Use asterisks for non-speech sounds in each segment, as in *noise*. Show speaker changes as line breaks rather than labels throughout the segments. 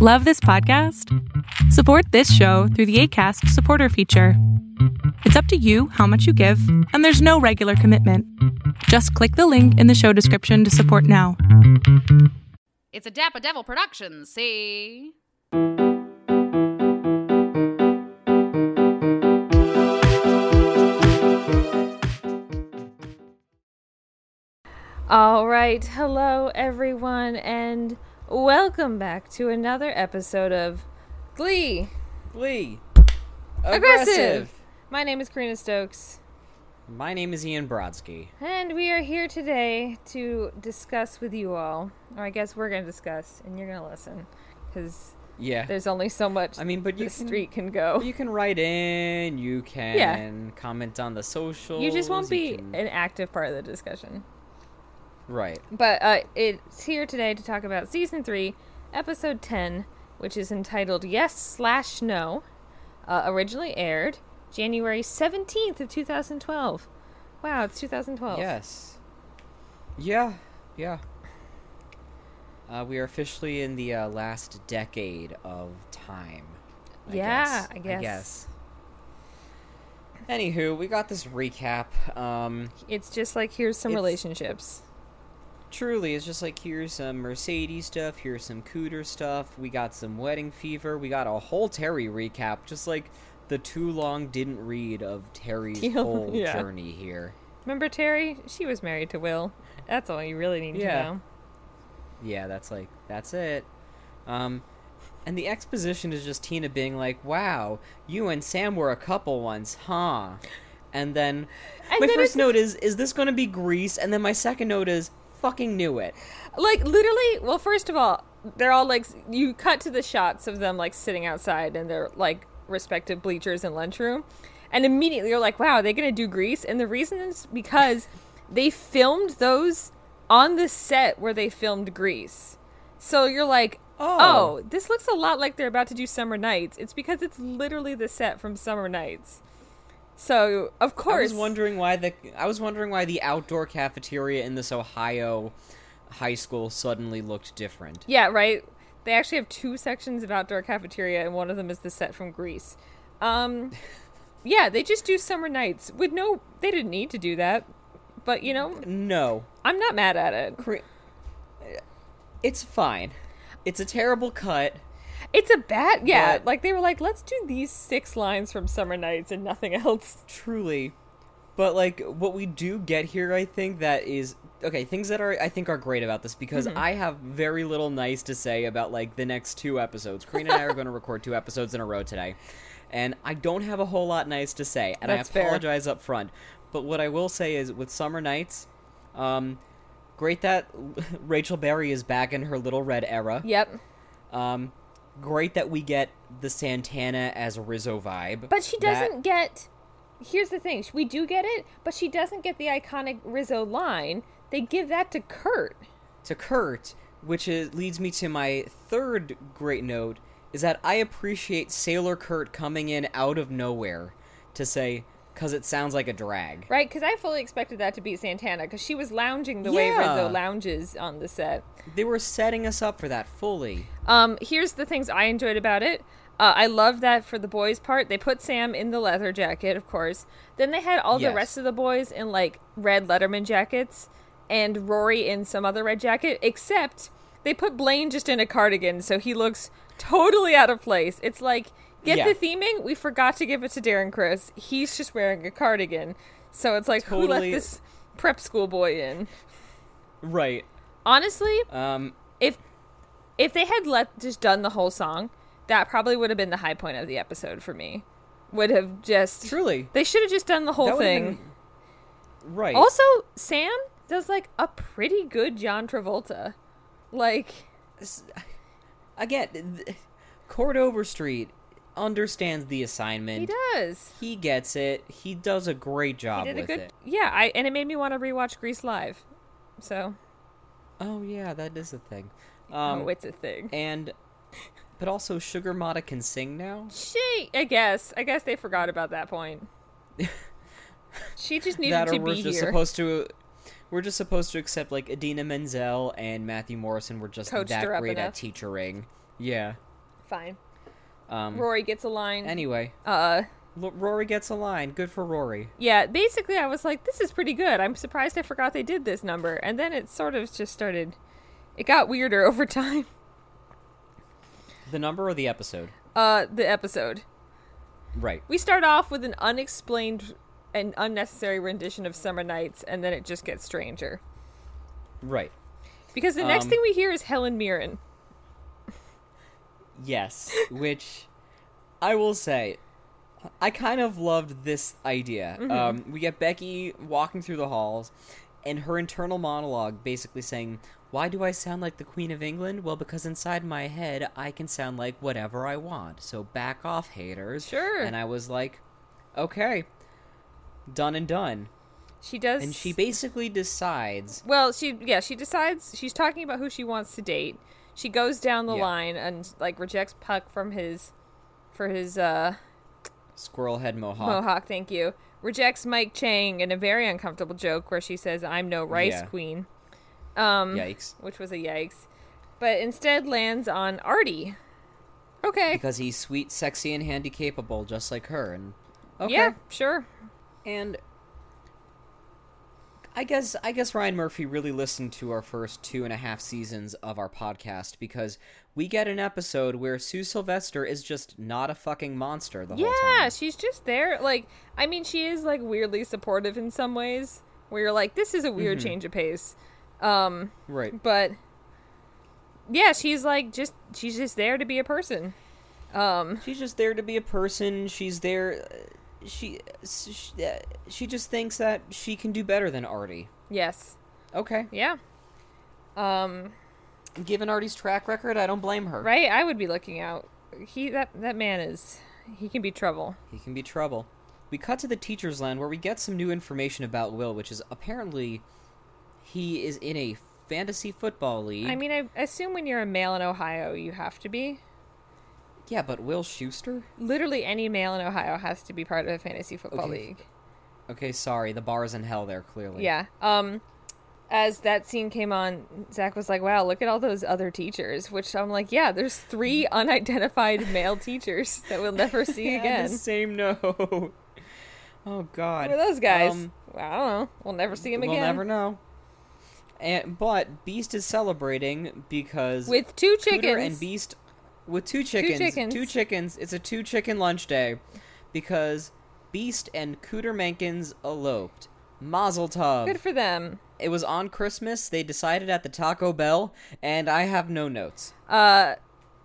Love this podcast? Support this show through the ACAST supporter feature. It's up to you how much you give, and there's no regular commitment. Just click the link in the show description to support now.
It's a Dapper Devil production, see?
All right, hello everyone, and welcome back to another episode of Glee
Glee.
Aggressive. My name is Karina Stokes,
My name is Ian Brodsky.
and we are here today to discuss with you all, or I guess we're going to discuss, and you're going to listen, because
Yeah.
there's only so much
I mean, but you
the
can-
street can go.
you can write in, you can comment on the social.
You just won't be an active part of the discussion.
Right.
But uh, it's here today to talk about season three, episode ten, which is entitled "Yes Slash No." Uh, originally aired January seventeenth of two thousand twelve. Wow, it's two thousand twelve.
Yes. Yeah. Yeah. Uh, we are officially in the uh, last decade of time. I
Yeah,
guess.
I guess.
I guess. Anywho, we got this recap. Um,
it's just like here's some
It's-
relationships.
truly it's just like here's some mercedes stuff here's some cooter stuff we got some wedding fever we got a whole terry recap just like the too long didn't read of
*laughs*
terry's
Yeah.
whole
Yeah.
journey here
Remember Terry? She was married to Will. That's all you really need
Yeah.
to know.
yeah that's like that's it um and the exposition is just tina being like wow you and sam were a couple once huh and then
And
my
then
first
it's-
note is is this gonna be grease and then my second note is fucking knew it
Like literally, well, first of all, they're all like you cut to the shots of them like sitting outside in their like respective bleachers and lunchroom, and immediately you're like, wow, are they gonna do Grease? And the reason is because they filmed those on the set where they filmed Grease. So you're like, oh.
Oh.
this looks a lot like they're about to do Summer Nights. It's because it's literally the set from Summer Nights. So of
I
course,
was wondering why the I was wondering why the outdoor cafeteria in this Ohio high school suddenly looked different.
Yeah, right. They actually have two sections of outdoor cafeteria, and one of them is the set from Greece.
*laughs*
Um, yeah, they just do summer nights with no. They didn't need to do that, but you know,
No,
I'm not mad at it.
Cre- it's fine. It's a terrible cut.
It's a bad. Yeah,
But-
like they were like, let's do these six lines from summer nights and nothing
*laughs*
else.
truly but like what we do get here i think that is okay things that are i think are great about this because
Mm-hmm.
i have very little nice to say about like the next two episodes Karina and i are going to record two episodes in a row today and i don't have a whole lot nice to say and
That's
i
fair.
apologize up front but what i will say is with summer nights um great that *laughs* rachel berry is back in her little red era
Yep.
um great that we get the santana as rizzo vibe
But she
That-
doesn't get. Here's the thing: we do get it, but she doesn't get the iconic Rizzo line. They give that to Kurt.
to Kurt, which is, leads me to my third great note, is that I appreciate Sailor Kurt coming in out of nowhere to say, because it sounds like a drag.
Right, because I fully expected that to be Santana because she was lounging the way
Yeah.
Rizzo lounges on the set.
They were setting us up for that fully.
Um, here's the things I enjoyed about it. Uh, I love that for the boys' part, they put Sam in the leather jacket, of course. Then they had all the
Yes.
rest of the boys in like red Letterman jackets and Rory in some other red jacket, except they put Blaine just in a cardigan, so he looks totally out of place. It's like, get
Yeah.
the theming. We forgot to give it to Darren Chris. He's just wearing a cardigan. So it's like, who let
Totally.
this prep school boy in?
Right.
Honestly,
Um,
if if they had let just done the whole song, that probably would have been the high point of the episode for me. Would have just
truly.
they should have just done the whole
That would've
thing.
been- right.
Also, Sam does like a pretty good John Travolta. Like
Again, th- Court Overstreet understands the assignment.
he does.
He gets it. He does a great job
Did a
with
good
it.
Yeah, I and it made me want to rewatch Grease Live. So
Oh, yeah, that is a thing. Um,
oh, it's a thing.
and but also Sugar Mata can sing now.
She I guess. I guess they forgot about that
*laughs*
point. she just needed
That
to
or we're
be
just
here.
supposed to we're just supposed to accept like Adina Menzel and Matthew Morrison were just
Coached her
that
up
great
enough.
at teachering. Yeah.
Fine.
Um,
Rory gets a line.
Anyway,
uh,
L- Rory gets a line. Good for Rory.
yeah. Basically, I was like, this is pretty good. I'm surprised I forgot they did this number. And then it sort of just started. It got weirder *laughs* over time.
The number or the episode?
Uh, the episode.
Right.
We start off with an unexplained and unnecessary rendition of Summer Nights, and then it just gets stranger.
Right.
Because the next
Um,
thing we hear is Helen Mirren.
Yes, which I will say, I kind of loved this idea.
Mm-hmm.
Um, we get Becky walking through the halls, and her internal monologue basically saying, "Why do I sound like the Queen of England? Well, because inside my head, I can sound like whatever I want. So back off, haters."
Sure.
And I was like, "Okay, done and done."
She does.
And she basically decides,
Well, she yeah, she decides she's talking about who she wants to date. She goes down the
Yeah.
line and like rejects Puck from his for his uh
"Squirrel head mohawk."
mohawk, thank you. Rejects Mike Chang in a very uncomfortable joke where she says I'm no rice
Yeah.
queen,
Yikes!
which was a yikes. But instead lands on Artie. Okay.
Because he's sweet, sexy, and handy capable, just like her. And okay.
Yeah, sure.
and I guess I guess Ryan Murphy really listened to our first two and a half seasons of our podcast because we get an episode where Sue Sylvester is just not a fucking monster the whole
Yeah,
time.
she's just there. Like, I mean, she is like weirdly supportive in some ways where you're like this is a
Mm-hmm.
weird change of pace. Um
Right.
but yeah she's like just she's just there to be a person um
She's just there to be a person. She's there. uh, She she, uh, she just thinks that she can do better than Artie.
yes
Okay.
yeah um
Given Artie's track record, I don't blame her.
right i would be looking out he that that man is he can be trouble
He can be trouble. We cut to the teacher's land where we get some new information about Will, which is apparently he is in a fantasy football league.
i mean i assume when you're a male in ohio you have to be
yeah, but Will Schuster?
literally any male in ohio has to be part of a fantasy football
Okay.
league
Okay, sorry, the bar is in hell there, clearly. *laughs*
yeah um as that scene came on zach was like wow look at all those other teachers which i'm like yeah there's three unidentified male teachers that we'll
*laughs*
never see
Mm. Yeah,
again
the same no. *laughs* oh God.
Who are those guys?
Um,
well, I don't know. We'll never see him
we'll
again.
never know. And but Beast is celebrating because
With two
Cooter
chickens.
and Beast with two chickens,
chickens.
two chickens. It's a two chicken lunch day because Beast and Cooter Mankins eloped. Mazel tov.
Good for them.
it was on Christmas. They decided at the Taco Bell, and I have no notes.
Uh,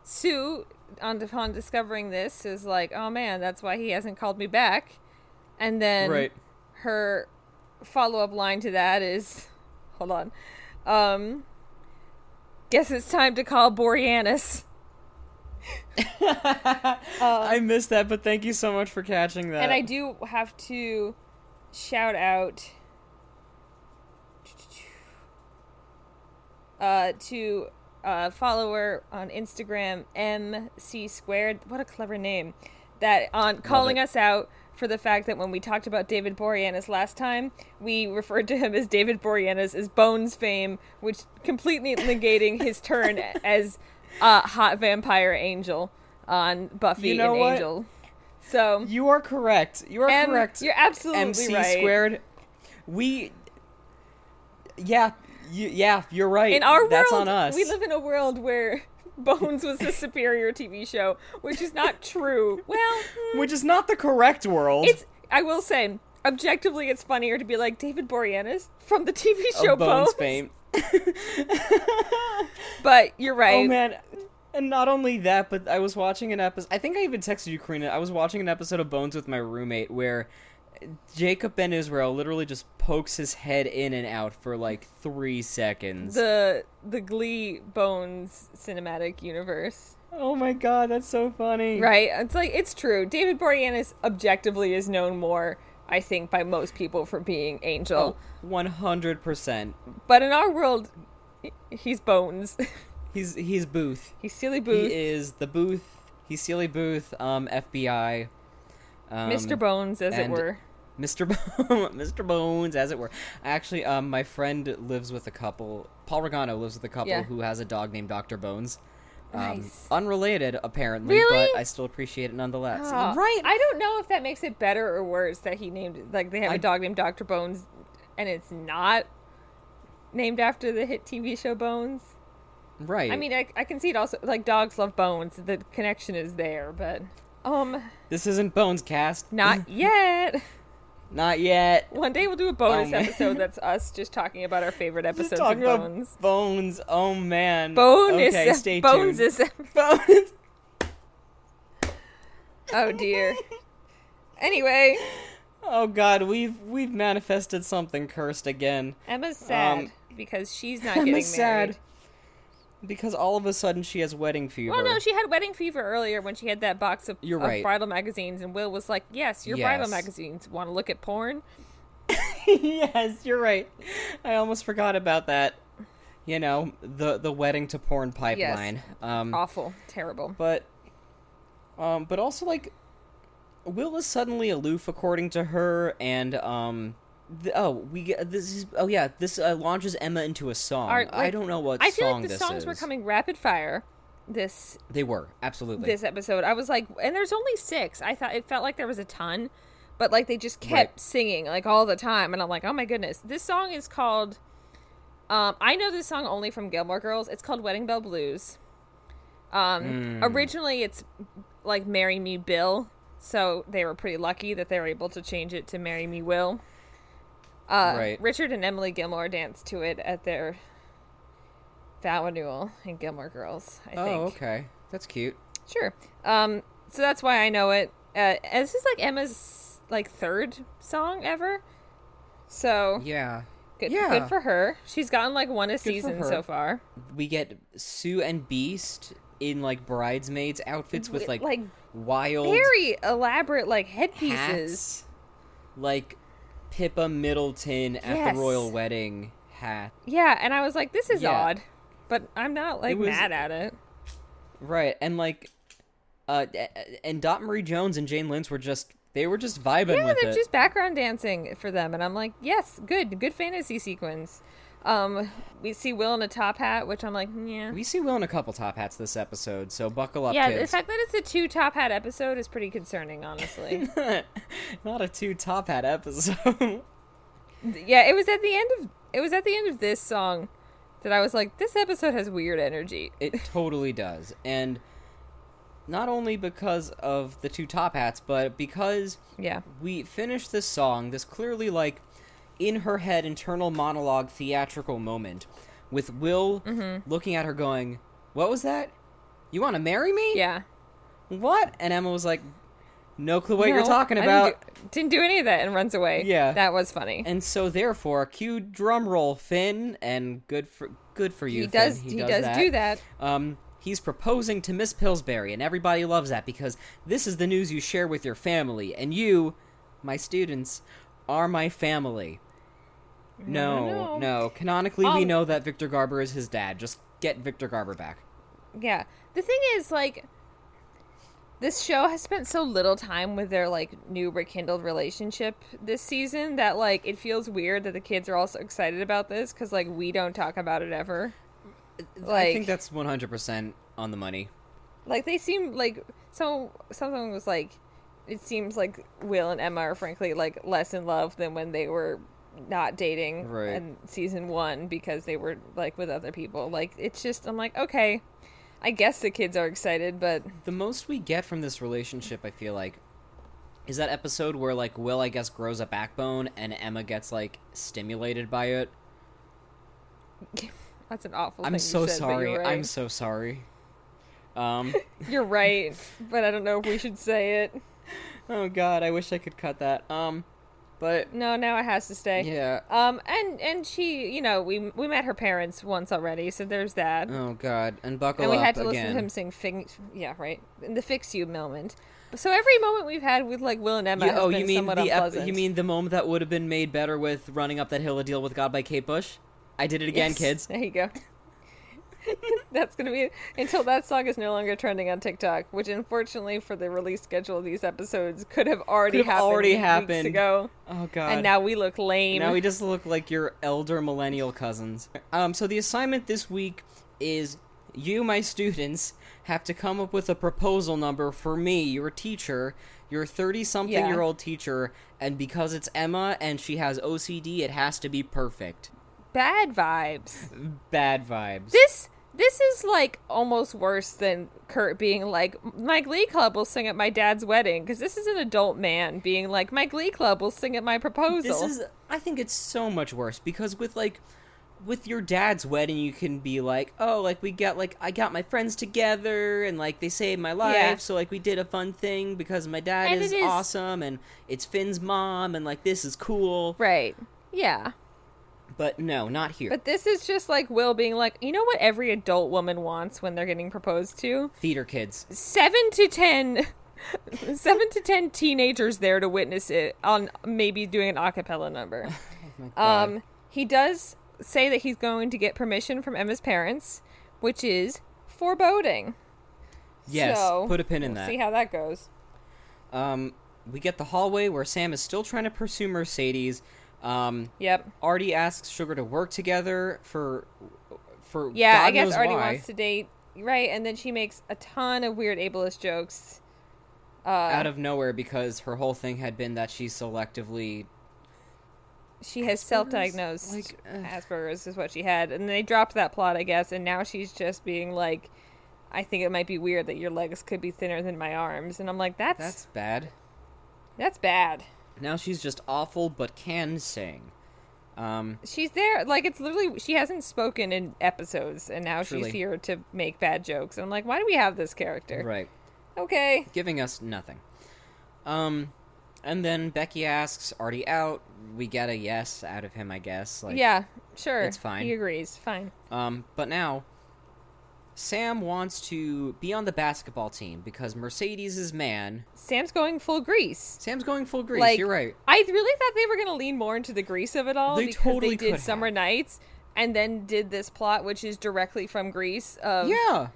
Sue, on upon discovering this, is like, "Oh man, that's why he hasn't called me back." And then
Right.
her follow-up line to that is, "Hold on, um, guess it's time to call Boreanaz."
I missed that, but thank you so much for catching that.
uh, and I do have to shout out uh, to a follower on Instagram, MC Squared. What a clever name! That on calling
it.
us out for the fact that when we talked about David Boreanaz last time, we *laughs* referred to him as David Boreanaz as Bones fame, which completely negating his
*laughs*
turn as uh, hot vampire angel on Buffy
You know
and
what?
Angel. So
You are correct. You are
Em-
correct.
you're absolutely
MC
right.
squared. We. Yeah, you, yeah, you're right.
in our
that's
world,
on us.
we live in a world where *laughs* Bones was a superior TV show, which is not true.
*laughs*
Well, hmm,
which is not the correct world.
it's I will say objectively, it's funnier to be like David Boreanaz from the TV show
of Bones
Bones,
fame.
but you're right.
*laughs* Oh man. And not only that, but I was watching an episode. I think I even texted you, Karina. I was watching an episode of Bones with my roommate where Jacob Ben Israel literally just pokes his head in and out for like three seconds.
The the Glee Bones cinematic universe,
oh my god, that's so funny.
right? It's like it's true. David Boreanaz objectively is known more, I think, by most people for being Angel,
One hundred percent.
but in our world, he- he's Bones. *laughs*
He's he's Booth.
he's Silly Booth.
He is the Booth. He's Sealy Booth. Um, FBI. Um,
Mr. Bones, as it
and-
were.
Mr. *laughs* Bo- Mr. Bones, as it were. Actually, um, my friend lives with a couple. Paul Regano lives with a couple
Yeah.
who has a dog named Doctor Bones. Um,
Nice.
unrelated, apparently,
Really?
but I still appreciate it nonetheless.
Ah,
Right?
I don't know if that makes it better or worse that he named like they have a
I-
dog named Doctor Bones, and it's not named after the hit TV show Bones.
right.
I mean, I, I can see it also. Like dogs love bones. The connection is there, but um,
this isn't Bones
*laughs*
Cast.
not yet.
Not yet.
One day we'll do a bonus
*laughs* Oh, man.
episode that's us just talking about our favorite
Just
episodes of
talking about
Bones.
Bones. Oh man.
Bonus. *laughs*
Okay, stay
bones
tuned.
is.
*laughs* Bones.
Oh dear. Anyway,
Oh god, we've we've manifested something cursed again.
Emma's sad
Um,
because she's not getting
I'm
married.
sad because all of a sudden she has wedding fever.
Well, no, she had wedding fever earlier when she had that box of,
You're
of
right.
bridal magazines, and Will was like, "Yes, your bridal
Yes. Mm.
magazines. Want to look at porn?
yes, you're right. I almost forgot about that. You know, the the wedding to porn pipeline. Um
Awful, terrible.
but um but also like Will is suddenly aloof according to her and um th- oh, we get this is oh yeah, this uh, launches Emma into a song.
Art,
I
like,
don't know what
I feel
song
like the
this
songs
is.
were coming rapid fire. This
They were absolutely.
this episode. I was like, and there's only six. I thought it felt like there was a ton, but like they just kept
Right.
singing like all the time, and I'm like, oh my goodness. This song is called. Um, I know this song only from Gilmore Girls. It's called Wedding Bell Blues. Um,
Hmm.
originally it's like Marry Me Bill, so they were pretty lucky that they were able to change it to Marry Me Will. Uh,
Right.
Richard and Emily Gilmore danced to it at their vow renewal in Gilmore Girls. I
oh,
think.
okay. That's cute.
Sure. Um, so that's why I know it. Uh, and this is like Emma's like third song ever. So
Yeah.
good,
yeah.
good for her. She's gotten like one a
for
season
her.
so far.
we get Sue and Beast in like bridesmaids outfits with like,
like
wild
very elaborate like headpieces.
hats, like Pippa Middleton at
Yes.
the royal wedding hat.
Yeah, and I was like, this is
Yeah.
odd, but I'm not like
It was-
mad at it.
Right, and like, uh, a- a- and Dot Marie Jones and Jane Lynch were just they were just vibing
Yeah,
with
they're
it.
just background dancing for them, and I'm like, yes, good, good fantasy sequence. Um, we see Will in a top hat, which I'm like, yeah.
We see Will in a couple top hats this episode, so buckle up,
Yeah, the
kids.
fact that it's a two top hat episode is pretty concerning,
*laughs*
honestly.
Not a two top hat episode. *laughs*
yeah, it was at the end of it was at the end of this song that I was like, this episode has weird energy.
It totally does. And not only because of the two top hats, but because
Yeah,
we finish this song, this clearly like in her head internal monologue theatrical moment with Will
Mm-hmm.
looking at her going, "What was that? You want to marry me?
yeah.
What?" And Emma was like, "No clue what you're
No,
talking
I
about."
didn't do, didn't do any of that and runs away.
Yeah.
that was funny.
And so therefore, cue drum roll, Finn, and good for good for you.
he
Finn.
does he, does, do that.
Um, he's proposing to Miss Pillsbury, and everybody loves that because this is the news you share with your family, and you, my students, are my family.
no.
No, no. Canonically, we
Um,
know that Victor Garber is his dad. Just get Victor Garber back.
Yeah. The thing is, like, this show has spent so little time with their, like, new rekindled relationship this season that, like, it feels weird that the kids are all so excited about this because, like, we don't talk about it ever. Like,
I think that's 100% on the money.
like they seem like so. Someone was like, it seems like Will and Emma are frankly like less in love than when they were not dating
Right.
in season one because they were like with other people. Like, it's just I'm like, okay, I guess the kids are excited, but
The most we get from this relationship, I feel like, is that episode where, like, Will, I guess, grows a backbone and Emma gets, like, stimulated by it.
That's an awful. thing
I'm
you
so
said, but you're
sorry.
right.
I'm so sorry.
*laughs*
Um.
You're right, but I don't know if we should say it.
Oh god, I wish I could cut that. Um, but
No, now it has to stay.
yeah.
Um, and and she, you know, we we met her parents once already, so there's that.
Oh god, and buckle
and we
up
had to
again.
listen to him sing "Fig." Yeah, right. In the "Fix You" moment. So every moment we've had with like Will and Emma
You-
has
oh,
been
you mean
somewhat
the ep-
unpleasant.
you mean the moment that would have been made better with running up that hill a deal with God by Kate Bush? I did it again,
Yes,
kids.
There you go. *laughs* That's gonna be until that song is no longer trending on TikTok, which unfortunately for the release schedule of these episodes could have already
Could have
happened
already
weeks
happened.
ago.
Oh god.
And now we look lame.
Now we just look like your elder millennial cousins. Um, so the assignment this week is You, my students, have to come up with a proposal number for me, your teacher, your 30 something
Yeah.
year old teacher, and because it's Emma and she has OCD, it has to be perfect.
Bad vibes.
Bad vibes.
This this is like almost worse than Kurt being like, my Glee Club will sing at my dad's wedding because this is an adult man being like, my Glee Club will sing at my proposal.
This is I think it's so much worse because with like with your dad's wedding you can be like, "Oh, like we got like I got my friends together and like they saved my life,
Yeah.
so like we did a fun thing because my dad
And
is,
it is-
awesome and it's Finn's mom and like this is cool."
right. Yeah.
But no, not here.
But this is just like Will being like, you know what every adult woman wants when they're getting proposed to?
Theater kids.
Seven to ten *laughs* seven to ten teenagers there to witness it on maybe doing an a cappella number.
Oh My *laughs* God.
Um he does say that he's going to get permission from Emma's parents, which is foreboding.
yes,
so,
put a pin in
We'll
that.
see how that goes.
um we get the hallway where Sam is still trying to pursue Mercedes. Um
Yep.
Artie asks Sugar to work together for for
Yeah,
God
I guess
knows
Artie
why.
wants to date right, and then she makes a ton of weird ableist jokes. Uh,
out of nowhere because her whole thing had been that she selectively
she has self-diagnosed
Like, ugh.
Asperger's is what she had, and they dropped that plot, I guess, and now she's just being like, "I think it might be weird that your legs could be thinner than my arms," and I'm like, "That's
that's
that's,
bad.
bad."
Now she's just awful but can sing. Um
She's there, like it's literally she hasn't spoken in episodes, and now
Truly.
she's here to make bad jokes, and I'm like, "Why do we have this character?"
right.
Okay,
Giving us nothing. Um and then Becky asks Artie out. We get a yes out of him, I guess. Like
yeah, sure,
it's fine.
He agrees, fine.
Um, but now, Sam wants to be on the basketball team because Mercedes is man.
Sam's going full grease.
Sam's going full grease.
Like,
you're right.
I really thought they were going to lean more into the Grease of it all
They
because
totally
they
could
did
have.
Summer Nights and then did this plot, which is directly from Grease of
Yeah.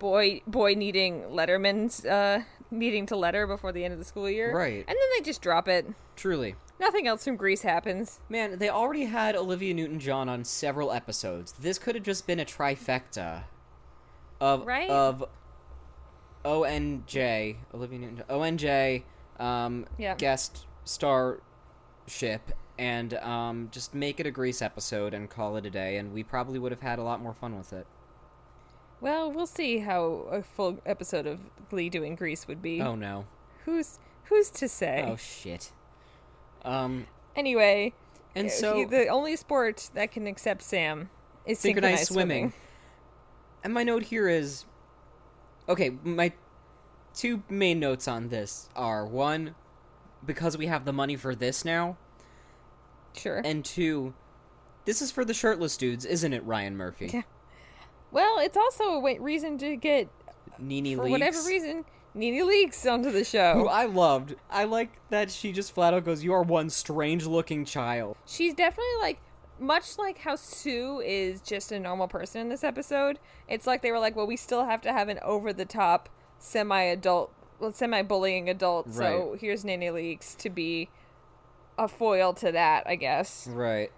boy boy needing Letterman's uh, needing to letter before the end of the school year,
Right.
And then they just drop it.
Truly.
Nothing else from Grease happens.
Man, they already had Olivia Newton John on several episodes. This could have just been a trifecta of
Right?
of ONJ, Olivia Newton ONJ um
Yeah.
guest starship and um just make it a Grease episode and call it a day and we probably would have had a lot more fun with it.
Well, we'll see how a full episode of Glee doing Grease would be.
Oh no.
Who's who's to say?
Oh shit. Um
Anyway, uh,
and
he-
so
the only sport that can accept Sam is
synchronized, swimming. And my note here is okay, my two main notes on this are one, because we have the money for this now,
Sure.
and two, this is for the shirtless dudes, isn't it, Ryan Murphy?
Yeah. well, it's also a wa- reason to get
Nene
for
Leakes,
whatever reason, Nene Leaks onto the
Who
show.
I loved. I like that she just flat out goes, You are one strange looking child.
She's definitely like, much like how Sue is just a normal person in this episode, it's like they were like, well, we still have to have an over the top, semi adult, well, semi bullying adult, so
Right.
here's Nene Leaks to be a foil to that, I guess.
Right.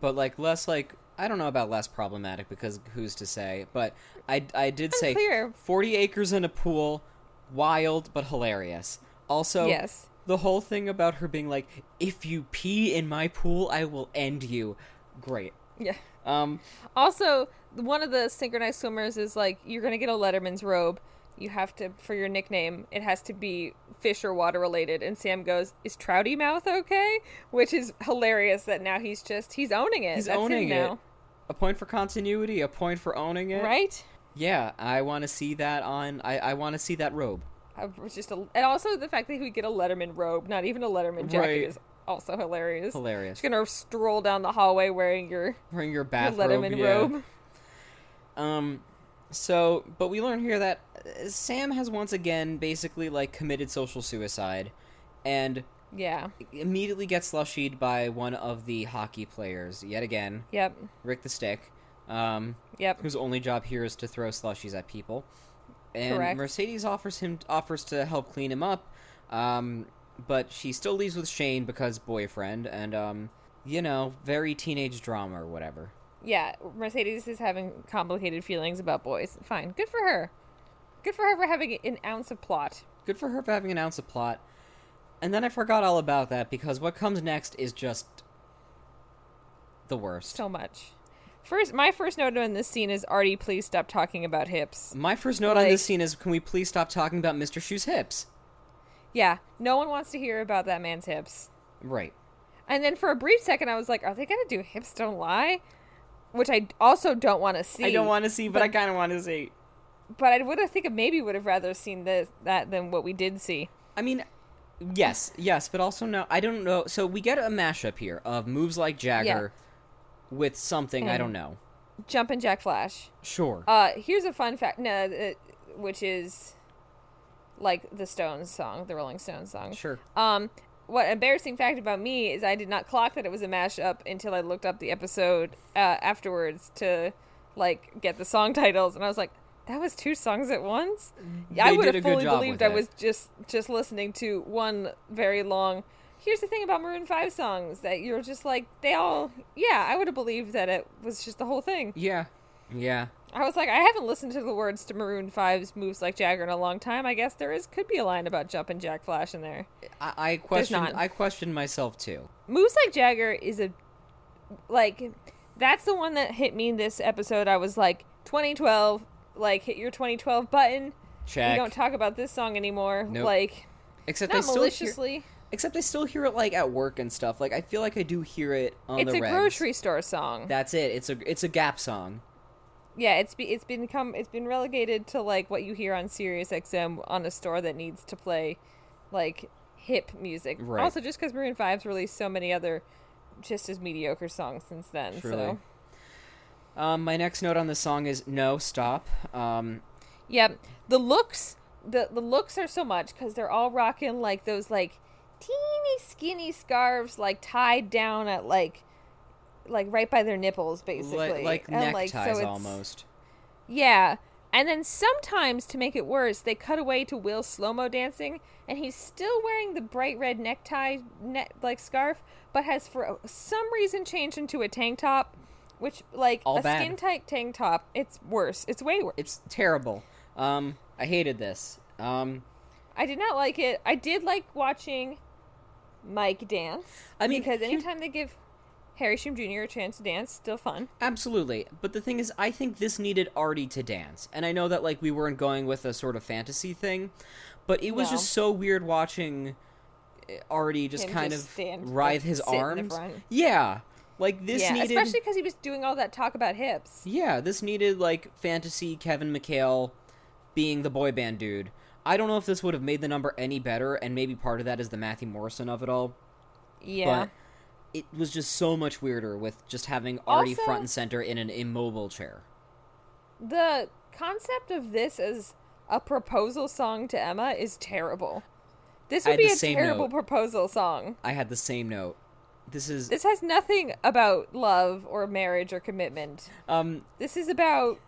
But like less like I don't know about less problematic because who's to say? But I I did say
Unclear.
forty acres in a pool, wild but hilarious. Also,
Yes.
the whole thing about her being like, if you pee in my pool, I will end you. Great.
Yeah.
Um,
Also, one of the synchronized swimmers is like, you're gonna get a Letterman's robe. You have to for your nickname. It has to be fish or water related. And Sam goes, "Is Trouty Mouth okay?" Which is hilarious. That now he's just he's owning it.
he's
That's him
owning it.
now,
A point for continuity. A point for owning it.
right?
Yeah, I want to see that on. I I want to see that robe.
I was Uh, just a, and also the fact that we get a Letterman robe, not even a Letterman jacket,
Right.
is also hilarious.
Hilarious.
Just gonna stroll down the hallway wearing your,
Bring your
your
bathrobe.
Letterman
yeah.
robe.
Um, so, but we learn here that uh, Sam has once again basically like committed social suicide, and
Yeah.
immediately gets slushied by one of the hockey players yet again,
Yep.
Rick the Stick, um,
Yep.
whose only job here is to throw slushies at people. And
Correct.
Mercedes offers him offers to help clean him up, um, but she still leaves with Shane because boyfriend, and um, you know, very teenage drama or whatever.
yeah, Mercedes is having complicated feelings about boys. Fine. Good for her. Good for her for having an ounce of plot.
Good for her for having an ounce of plot. And then I forgot all about that because what comes next is just the worst.
So much. First, my first note on this scene is Artie, please stop talking about hips.
My first note on
Like-
this scene is can we please stop talking about Mr. Shoe's hips?
Yeah, no one wants to hear about that man's hips.
Right.
And then for a brief second, I was like, are they going to do hips don't lie? Which I also don't want to see.
I don't want to see, but, I kind of want to see.
But I would have think maybe would have rather seen this, that than what we did see.
I mean, yes, yes, but also no. I don't know. So we get a mashup here of moves like Jagger with something I
And-
don't know.
Jumpin' Jack Flash.
Sure.
Uh, here's a fun fact, no, uh, which is like the Stones song, the Rolling Stones song.
sure.
Um, what embarrassing fact about me is I did not clock that it was a mashup until I looked up the episode uh, afterwards to like get the song *laughs* titles, and I was like, "That was two songs at once." Yeah, I
They
would
did
have
a good
fully
job
believed
with
I
it.
was just just listening to one very long. Here's the thing about Maroon Five songs that you're just like they all. Yeah, I would have believed that it was just the whole thing.
yeah. Yeah.
I was like, I haven't listened to the words to Maroon 5's "Moves Like Jagger" in a long time. I guess there is could be a line about jumping Jack Flash in there.
I, I questioned.
not.
I questioned myself too.
Moves Like Jagger is a like that's the one that hit me in this episode. I was like 2012, like hit your 2012 button.
Check.
We don't talk about this song anymore.
Nope.
Like
except I
not
still Hear,
maliciously.
except I still hear it like at work and stuff. Like I feel like I do hear it on
It's
the
a
regs.
grocery store song.
That's it. It's a it's a Gap song.
yeah, it's be, it's been come it's been relegated to like what you hear on Sirius XM on a store that needs to play like hip music.
Right.
Also, just because Maroon Five's released so many other just as mediocre songs since then,
Truly.
so
Um, my next note on the song is no stop. Um,
Yep. The looks, the the looks are so much because they're all rocking like those like teeny skinny scarves, like tied down at like like right by their nipples, basically,
like, like
And,
neckties
it's-
almost.
Yeah. And then sometimes, to make it worse, they cut away to Will slow mo dancing, and he's still wearing the bright red necktie, ne- like scarf, but has for some reason changed into a tank top, which like
All
a
bad.
skin tight tank top. It's worse. It's way worse.
It's terrible. Um, I hated this. Um,
I did not like it. I did like watching Mike dance.
I mean,
because
here-
anytime they give Harry Shum Jr. a chance to dance, still fun.
Absolutely. But the thing is, I think this needed Artie to dance. And I know that, like, we weren't going with a sort of fantasy thing, but it was
No.
just so weird watching eh, Artie just
Him
kind
just
of
stand-
writhe
just
his
sit in the
arms.
front.
Yeah. Like, this
yeah,
needed.
especially because he was doing all that talk about hips.
Yeah, this needed, like, fantasy Kevin McHale being the boy band dude. I don't know if this would have made the number any better, and maybe part of that is the Matthew Morrison of it all.
Yeah,
But it was just so much weirder with just having Artie
Also-
front and center in an immobile chair.
the concept of this as a proposal song to Emma is terrible. This
I
would
had
be
the
a
same
terrible
note.
proposal song.
I had the same note. This is
This has nothing about love or marriage or commitment.
um
This is about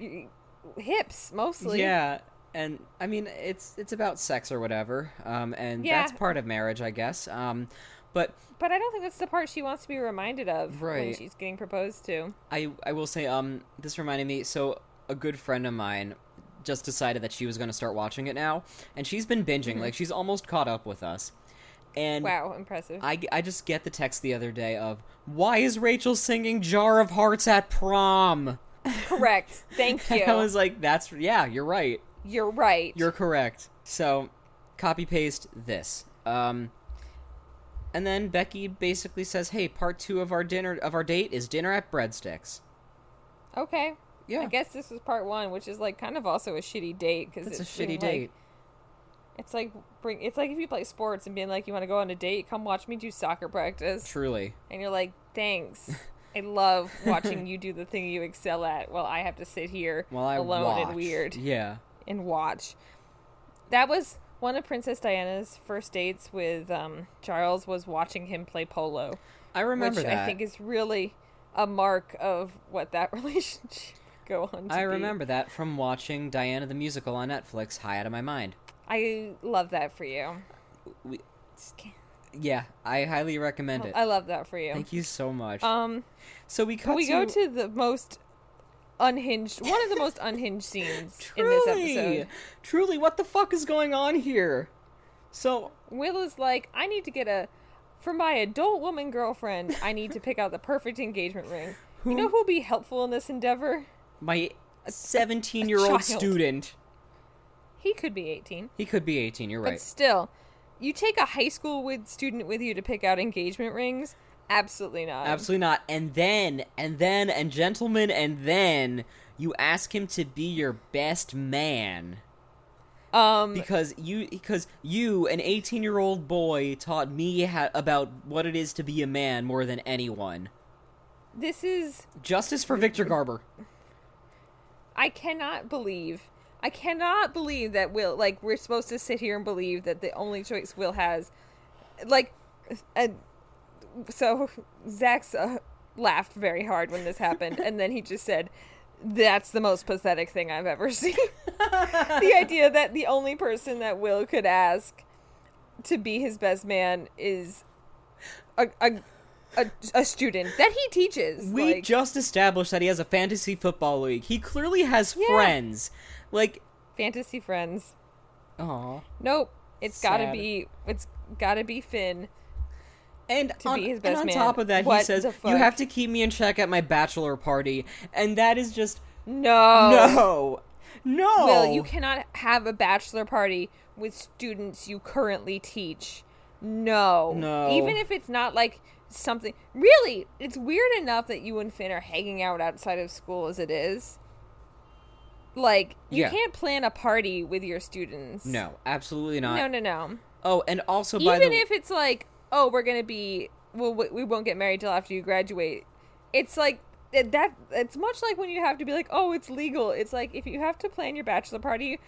y- hips mostly.
yeah, and I mean it's it's about sex or whatever. Um and
Yeah.
that's part of marriage, I guess. Um but
But I don't think that's the part she wants to be reminded of when
Right. Mm.
she's getting proposed to.
I I will say um this reminded me so a good friend of mine just decided that she was going to start watching it now and she's been binging like she's almost caught up with us.
Mm-hmm.
And
Wow, impressive.
I, I just get the text the other day of why is Rachel singing Jar of Hearts at prom? *laughs*
Correct. Thank you.
I was like that's yeah, you're right.
You're right.
You're correct. So, copy paste this. Um, and then Becky basically says, "Hey, part two of our dinner of our date is dinner at Breadsticks."
okay.
Yeah.
I guess this was part one, which is like kind of also a shitty date because
That's a shitty date.
It's like bring. It's like if you play sports and being like, you want to go on a date, come watch me do soccer practice,
Truly,
and you're like,
*laughs*
thanks. I love watching you do the thing you excel at, while I have to sit here
while I
alone
watch.
and weird.
Yeah,
and watch. That was one of Princess Diana's first dates with um, Charles was watching him play polo,
I remember
which
that.
I think is really a mark of what that *laughs* relationship would go on. To
I
be.
remember that from watching Diana the Musical on Netflix. High out of my mind.
I love that for you.
We, yeah, I highly recommend it.
Oh, I love that for you.
Thank you so much.
Um,
so we cut
we
to,
go to the most unhinged, one of the most unhinged scenes in this episode.
Truly, what the fuck is going on here? So
Will is like, I need to get a for my adult woman girlfriend. I need to pick out the perfect engagement ring. You know who'll be helpful in this endeavor?
my seventeen-year-old
child.
student.
He could be 18,
He could be eighteen. You're
but
right.
still, you take a high school with student with you to pick out engagement rings? Absolutely not.
Absolutely not. And then, and then, and gentlemen, and then you ask him to be your best man
Um,
because you because you an 18 year old boy taught me how, about what it is to be a man more than anyone
this is
justice for
*laughs*
victor garber
I cannot believe. I cannot believe that Will, like, we're supposed to sit here and believe that the only choice Will has, like, and so Zach's uh, laughed very hard when this happened, and then he just said, "That's the most pathetic thing I've ever *laughs* seen." the idea that the only person that Will could ask to be his best man is a a, a, a student that he teaches.
we
like,
just established that he has a fantasy football league he clearly has
Yeah.
friends like
fantasy friends.
oh
Nope. It's got to
Sad.
be. It's got to be Finn.
And
to
on,
be his
and
best
on
man.
top of that, he
What
says,
the
"You
fuck?"
have to keep me in check at my bachelor party," and that is just
No.
no, no.
Will, Oh. you cannot have a bachelor party with students you currently teach. No.
No.
Even if it's not like something really, it's weird enough that you and Finn are hanging out outside of school as it is. Like you
Yeah.
can't plan a party with your students.
no, absolutely not.
No. No. No.
Oh, and also by
even
the
if it's like oh we're gonna be well we we won't get married till after you graduate it's like it- that it's much like when you have to be like oh it's legal it's like if you have to plan your bachelor party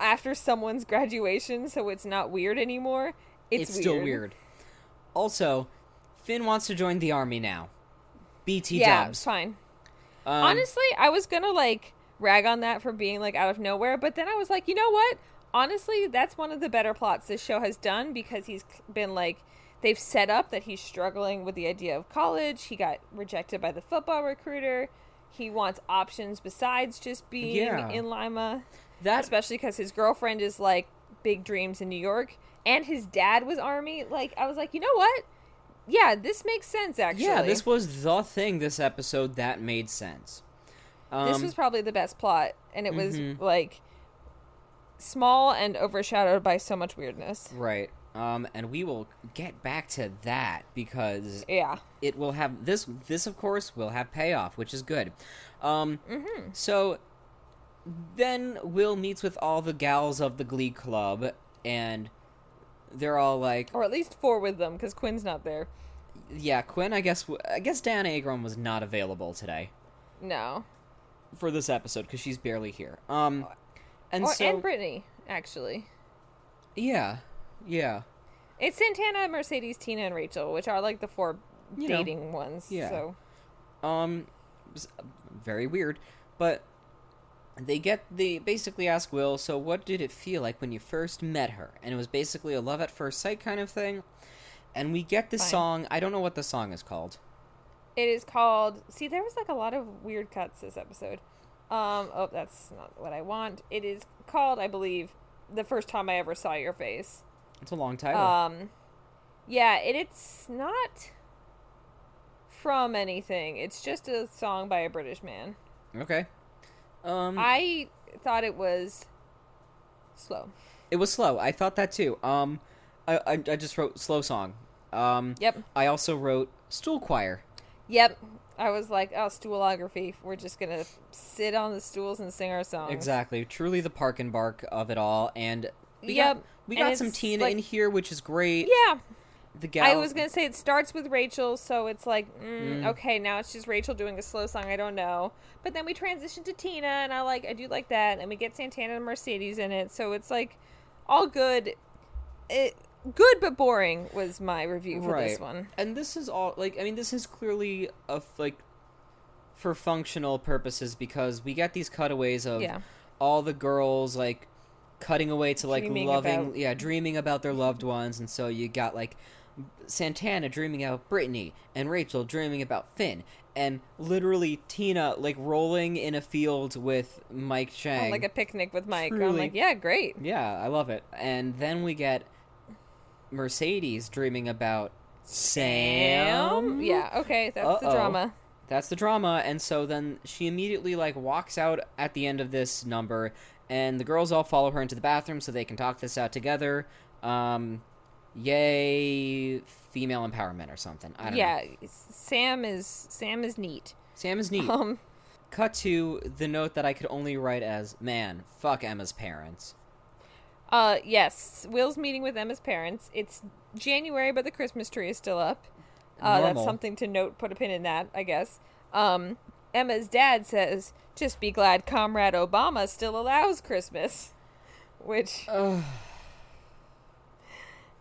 after someone's *laughs* graduation so it's not weird anymore it's,
it's still weird. Also, Finn wants to join the army now. BT
yeah
dubs.
it's fine
Um,
honestly i was gonna like rag on that for being like out of nowhere but then i was like you know what honestly that's one of the better plots this show has done because he's c- been like they've set up that he's struggling with the idea of college he got rejected by the football recruiter he wants options besides just being
Yeah.
in lima
that
especially because his girlfriend is like big dreams in new york and his dad was army like i was like you know what yeah this makes sense actually
yeah, this was the thing this episode that made sense. Um, mm-hmm.
this was probably the best plot and it was like small and overshadowed by so much weirdness
right. Um, and we will get back to that because
yeah
it will have this this of course will have payoff which is good um
Mm-hmm.
so then will meets with all the gals of the glee club and they're all like
or at least four with them because quinn's not there
yeah quinn i guess w- i guess dan agron was not available today
no
for this episode because she's barely here um and
or
so
Oh, and brittany actually
yeah yeah
it's santana mercedes tina and rachel which are like the four
You know,
dating ones
yeah.
so
Um, s- very weird, but they get they basically ask Will, so what did it feel like when you first met her? And it was basically a love at first sight kind of thing. And we get the
Fine.
song. I don't know what the song is called.
it is called see there was like a lot of weird cuts this episode um oh that's not what i want it is called i believe the first time i ever saw your face
It's a long title.
Um, yeah, and it's not from anything. It's just a song by a British man.
okay. Um,
I thought it was slow.
it was slow. I thought that too. Um, I I, I just wrote slow song. Um,
Yep.
I also wrote stool choir.
Yep. I was like, oh, stoolography. We're just gonna sit on the stools and sing our songs.
Exactly. Truly the park and bark of it all. And we
Yep.
got we
And
got some
it's
Tina
like-
in here, which is great.
Yeah.
The gal.
I was gonna say it starts with Rachel, so it's like, mm, okay, now it's just Rachel doing a slow song. I don't know, but then we transition to Tina, and I like, I do like that, and we get Santana and Mercedes in it, so it's like all good. It good but boring was my review for this one.
And this is all like I mean this is clearly a f- like for functional purposes because we get these cutaways of
Yeah.
all the girls like cutting away to like
Dreaming
loving
about-
yeah dreaming about their loved ones and so you got like Santana dreaming about Brittany and Rachel dreaming about Finn and literally Tina like rolling in a field with Mike Chang.
On, Oh, like a picnic with Mike. I'm
Truly.
like, yeah, great.
yeah, I love it. And then we get Mercedes dreaming about Sam.
Yeah, okay, that's the
Uh-oh.
drama.
That's the drama, and so then she immediately like walks out at the end of this number, and the girls all follow her into the bathroom so they can talk this out together. Um, yay, female empowerment or something. I don't know.
Yeah, s- Sam is Sam is neat. *laughs*
Sam is neat.
Um,
Cut to the note that I could only write as man, fuck Emma's parents.
uh, yes, Will's meeting with Emma's parents. It's January, but the Christmas tree is still up. Uh, that's
Normal.
something to note. Put a pin in that, I guess. Um, Emma's dad says, "Just be glad Comrade Obama still allows Christmas," *laughs* which.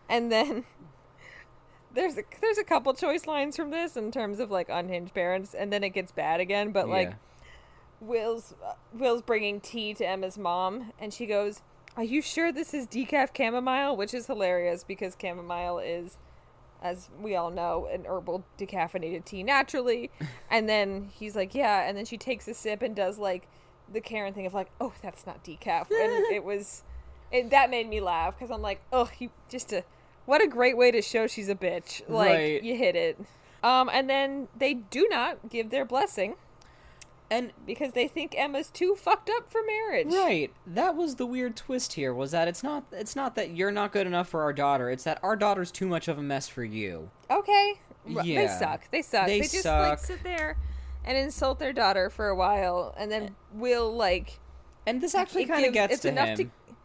and then *laughs* there's a, there's a couple choice lines from this in terms of like unhinged parents, and then it gets bad again. But like
Yeah.
Will's uh, Will's bringing tea to Emma's mom, and she goes, "Are you sure this is decaf chamomile?" Which is hilarious because chamomile is, as we all know, an herbal decaffeinated tea naturally. and then he's like, "Yeah," and then she takes a sip and does like the Karen thing of like, "Oh, that's not decaf," and it was, it, that made me laugh because I'm like, "Oh, you just a." What a great way to show she's a bitch. Like
Right.
you hit it. Um and then they do not give their blessing
And
because they think Emma's too fucked up for marriage.
right, that was the weird twist here was that it's not it's not that you're not good enough for our daughter, it's that our daughter's too much of a mess for you.
Okay. R- They
Yeah.
suck. They suck. They,
They
just like
suck.
sit there and insult their daughter for a while and then will like
And this actually
it
kind of
gives-
gets
it's
to
enough
him.
to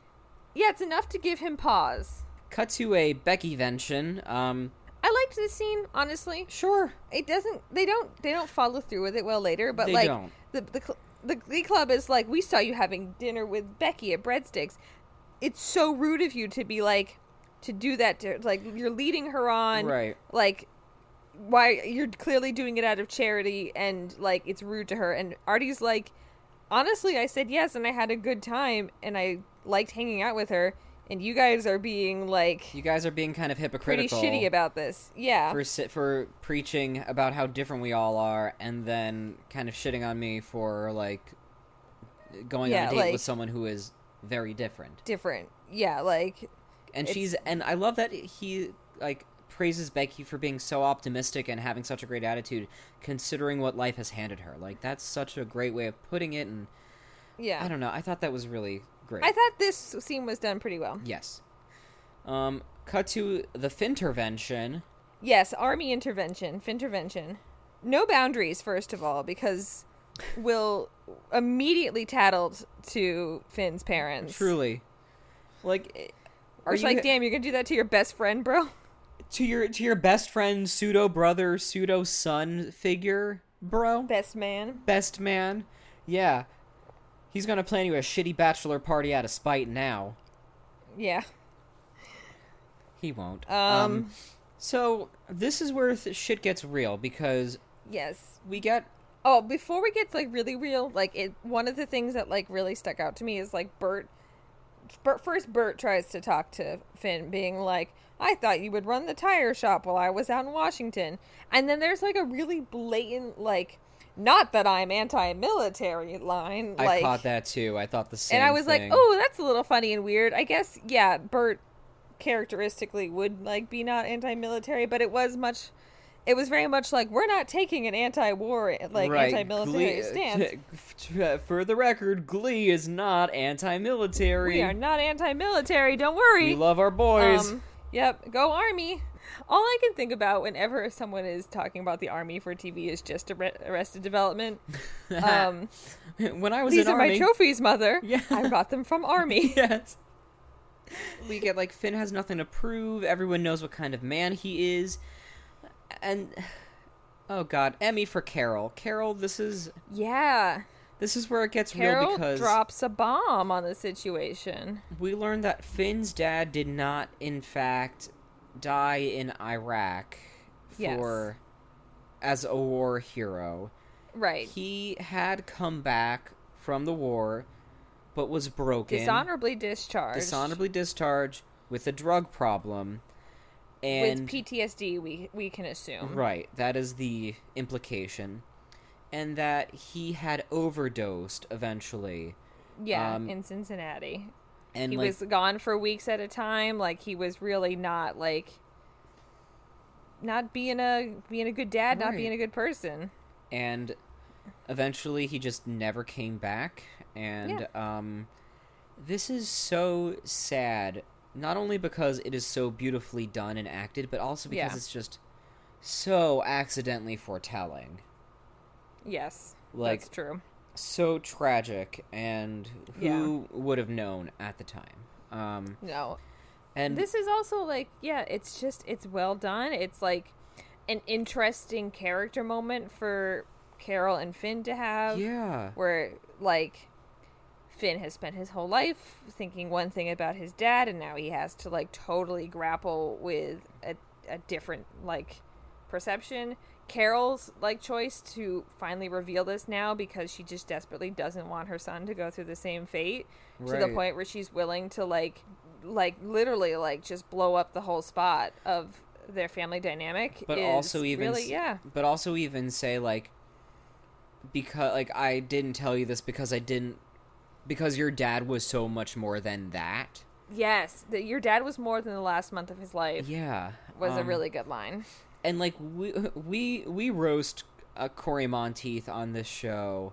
Yeah, it's enough to give him pause.
Cut to a Beckyvention. Um,
I liked this scene, honestly.
sure.
It doesn't they don't they don't follow through with it well later, but
They
like
don't.
the the cl- the glee club is like we saw you having dinner with Becky at Breadsticks. It's so rude of you to be like to do that to like you're leading her on.
Right.
like why you're clearly doing it out of charity and like it's rude to her and artie's like honestly i said yes and i had a good time and i liked hanging out with her and you guys are being like
You guys are being kind of
pretty
hypocritical.
shitty about this yeah
for si- for preaching about how different we all are, and then kind of shitting on me for like going on
Yeah,
a date
like-
with someone who is very different.
different yeah like
And
It's-
she's and I love that he like praises Becky for being so optimistic and having such a great attitude, considering what life has handed her. Like that's such a great way of putting it. And
yeah
I don't know. I thought that was really great.
I thought this scene was done pretty well
Yes. Um, cut to the Fintervention.
yes army intervention fintervention no boundaries first of all because will immediately tattled to finn's parents
Truly, like, eh, are
Which,
you
like, damn, you're gonna do that to your best friend, bro?
to your to your best friend, pseudo brother, pseudo son figure, bro,
Best man.
best man? Yeah, he's gonna plan you a shitty bachelor party out of spite. Now
Yeah.
he won't.
Um,
so this is where th- shit gets real because
Yes.
we get
Oh, before we get to, like really real, like it one of the things that like really stuck out to me is like Bert Bert first Bert tries to talk to Finn being like, "I thought you would run the tire shop while I was out in Washington." And then there's like a really blatant like not that I'm anti-military line
I
like
caught that too. I thought the same.
and I was
thing.
like, "Oh, that's a little funny and weird." I guess, yeah, Bert characteristically would like be not anti-military, but it was much. It was very much like we're not taking an anti-war, like anti-military
uh, Glee- *laughs* uh,
stance.
For the record, Glee is not anti-military.
We are not anti-military. Don't worry.
We love our boys.
Um, yep, go army. All I can think about whenever someone is talking about the army for TV is just Arre- Arrested
*laughs*
Development. Um,
*laughs* when I was
these
in
are
army,
my trophies, mother.
Yeah.
I brought them from army.
*laughs* yes. We get like Finn has nothing to prove. Everyone knows what kind of man he is, and *sighs* oh god, Emmy for Carol. Carol, this is
yeah.
this is where it gets real
Carol
because
drops a bomb on the situation.
we learned that Finn's dad did not, in fact, die in Iraq
Yes.
for as a war hero.
Right.
He had come back from the war, but was broken,
Dishonorably discharged.
dishonorably discharged with a drug problem, and
with PTSD, we we can assume.
Right, that is the implication. And that he had overdosed eventually.
Yeah,
Um,
in Cincinnati.
And
He
like
was gone for weeks at a time. Like he was really not like not being a being a good dad, not
Right.
being a good person.
and eventually he just never came back and um this is so sad not only because it is so beautifully done and acted but also because
Yeah.
it's just so accidentally foretelling
Yes.
Like-
that's true.
so tragic and
Yeah.
who would have known at the time um
No.
and
This is also like, yeah, it's just it's well done. It's like an interesting character moment for Carol and Finn to have.
yeah
where like Finn has spent his whole life thinking one thing about his dad, and now he has to like totally grapple with a, a different like perception. Carol's like choice to finally reveal this now because she just desperately doesn't want her son to go through the same fate to the
Right.
point where she's willing to like like literally like just blow up the whole spot of their family dynamic
but
is
also even
really
s-
yeah
but also even say like because like i didn't tell you this because i didn't because your dad was so much more than that
yes that your dad was more than the last month of his life
yeah
was a
um,
really good line.
and like we we we roast uh, corey monteith on this show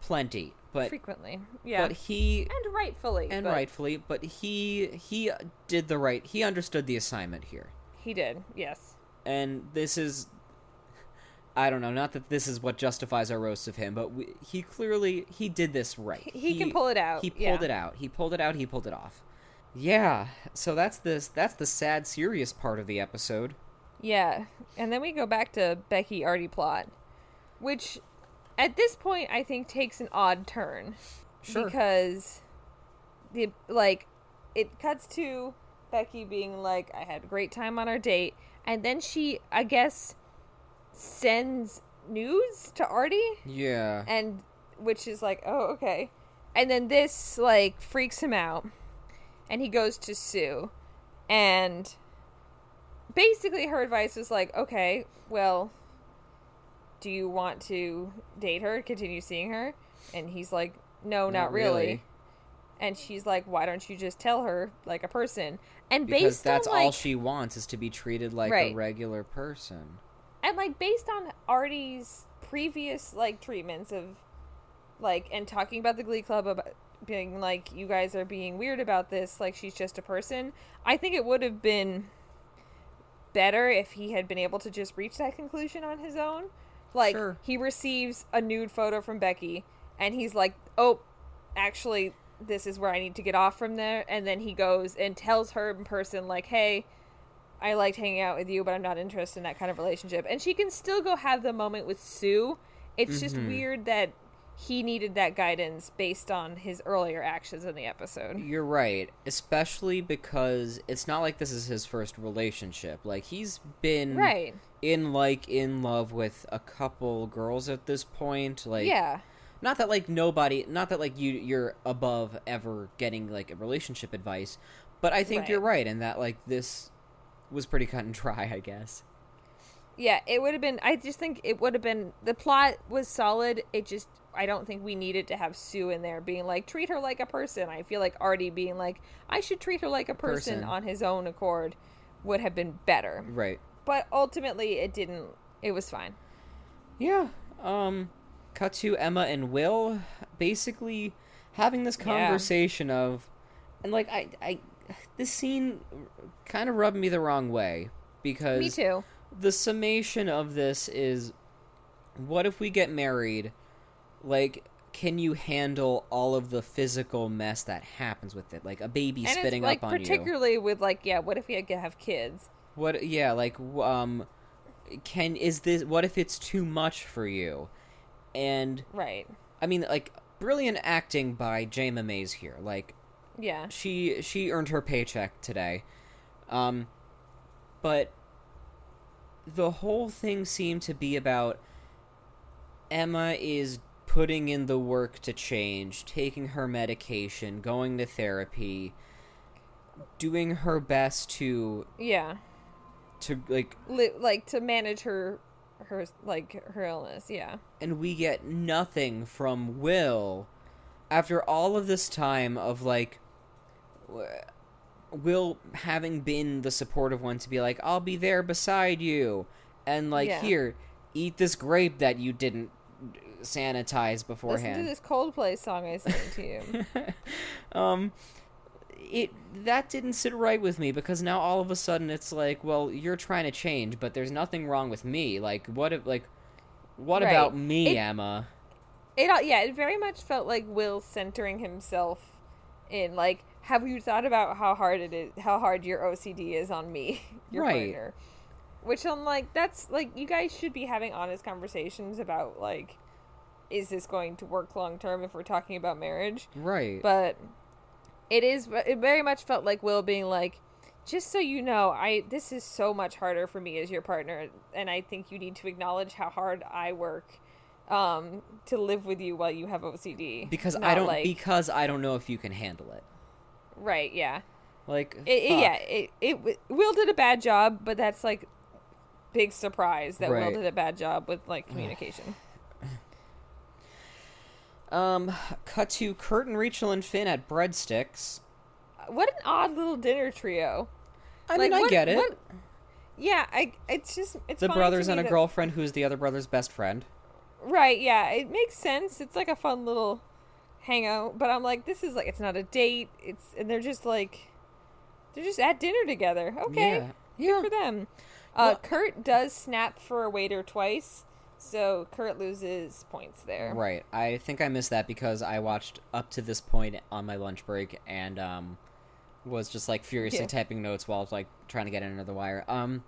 plenty but
Frequently. Yeah.
but he
and rightfully.
and
but
rightfully but he he did the right he understood the assignment here
He did, yes.
and this is I don't know, not that this is what justifies our roast of him, but we, he clearly he did this right.
he can pull it out,
He pulled
yeah.
it out. He pulled it out. He pulled it off. Yeah. So that's this that's the sad serious part of the episode.
Yeah. And then we go back to Becky Artie plot, which at this point I think takes an odd turn.
Sure.
Because the like it cuts to Becky being like, I had a great time on our date and then she I guess sends news to Artie.
Yeah.
and which is like, oh, okay. And then this like freaks him out, and he goes to Sue, and basically her advice was like, okay, well, do you want to date her, continue seeing her? And he's like, no, not, really. And she's like, why don't you just tell her like a person? And
Because
based
that's
on like,
all she wants is to be treated like a
Right.
regular person.
And like based on Artie's previous like treatments of like and talking about the Glee Club about being like you guys are being weird about this, like she's just a person. I think it would have been better if he had been able to just reach that conclusion on his own. Like
Sure.
he receives a nude photo from Becky and he's like, "Oh, actually this is where I need to get off from there." And then he goes and tells her in person like, "Hey, I liked hanging out with you, but I'm not interested in that kind of relationship. And she can still go have the moment with Sue. It's just weird that he needed that guidance based on his earlier actions in the episode.
You're right, especially because it's not like this is his first relationship. Like he's been
Right.
in like in love with a couple girls at this point. Like
yeah.
not that like nobody not that like you you're above ever getting like a relationship advice but i think you're right in that like this was pretty cut and dry *laughs* i guess
Yeah, it would have been I just think it would have been the plot was solid. It just I don't think we needed to have Sue in there being like treat her like a person. I feel like Artie being like I should treat her like a person.
Person. Mm.
on his own accord would have been better.
right
But ultimately it didn't it was fine.
yeah um cut to emma and will basically having this conversation of and like i i this scene kind of rubbed me the wrong way because
Me too.
the summation of this is what if we get married like can you handle all of the physical mess that happens with it like a baby
and
spitting
it's like
up on you
particularly with like yeah what if you could have kids
what yeah like w- um can is this what if it's too much for you and
right
i mean like brilliant acting by Jayma Mays here like
yeah
she she earned her paycheck today um but the whole thing seemed to be about Emma is putting in the work to change, taking her medication, going to therapy, doing her best to
yeah
to like
li- like to manage her her like her illness yeah
and we get nothing from Will after all of this time of like w- Will having been the supportive one to be like, I'll be there beside you, and like,
Yeah.
here, eat this grape that you didn't sanitize
listen to
beforehand.
this coldplay song i sang to
*laughs*
you
um, it that didn't sit right with me because now all of a sudden it's like, well, you're trying to change, but there's nothing wrong with me. Like, what? If, like, what
Right.
about me,
It-
Emma?
it all yeah it very much felt like will centering himself in like have you thought about how hard it is how hard your ocd is on me *laughs* your
Right.
partner which i'm like that's like you guys should be having honest conversations about like is this going to work long term if we're talking about marriage
Right.
but it is it very much felt like will being like just so you know i this is so much harder for me as your partner and i think you need to acknowledge how hard i work um to live with you while you have ocd
because I
Not
don't
like,
because I don't know if you can handle it.
right yeah
Like
it, it- yeah
fuck.
it, it w- will did a bad job but that's like big surprise that
Right.
will did a bad job with like communication
Um, cut to Kurt and Rachel and Finn at breadsticks.
what an odd little dinner trio
I mean, I
what-
get it.
what- yeah i it's just it's
the
funny to
brothers and
me
a
that-
girlfriend who's the other brother's best friend.
Right, yeah. It makes sense. It's like a fun little hangout, but I'm like this is like it's not a date. It's and they're just like they're just at dinner together. Okay.
Yeah.
Good for them. Uh Kurt does snap for a waiter twice, so Kurt loses points there.
Right. I think I missed that because I watched up to this point on my lunch break and um was just like furiously
Yeah.
typing notes while like trying to get it under the wire. Um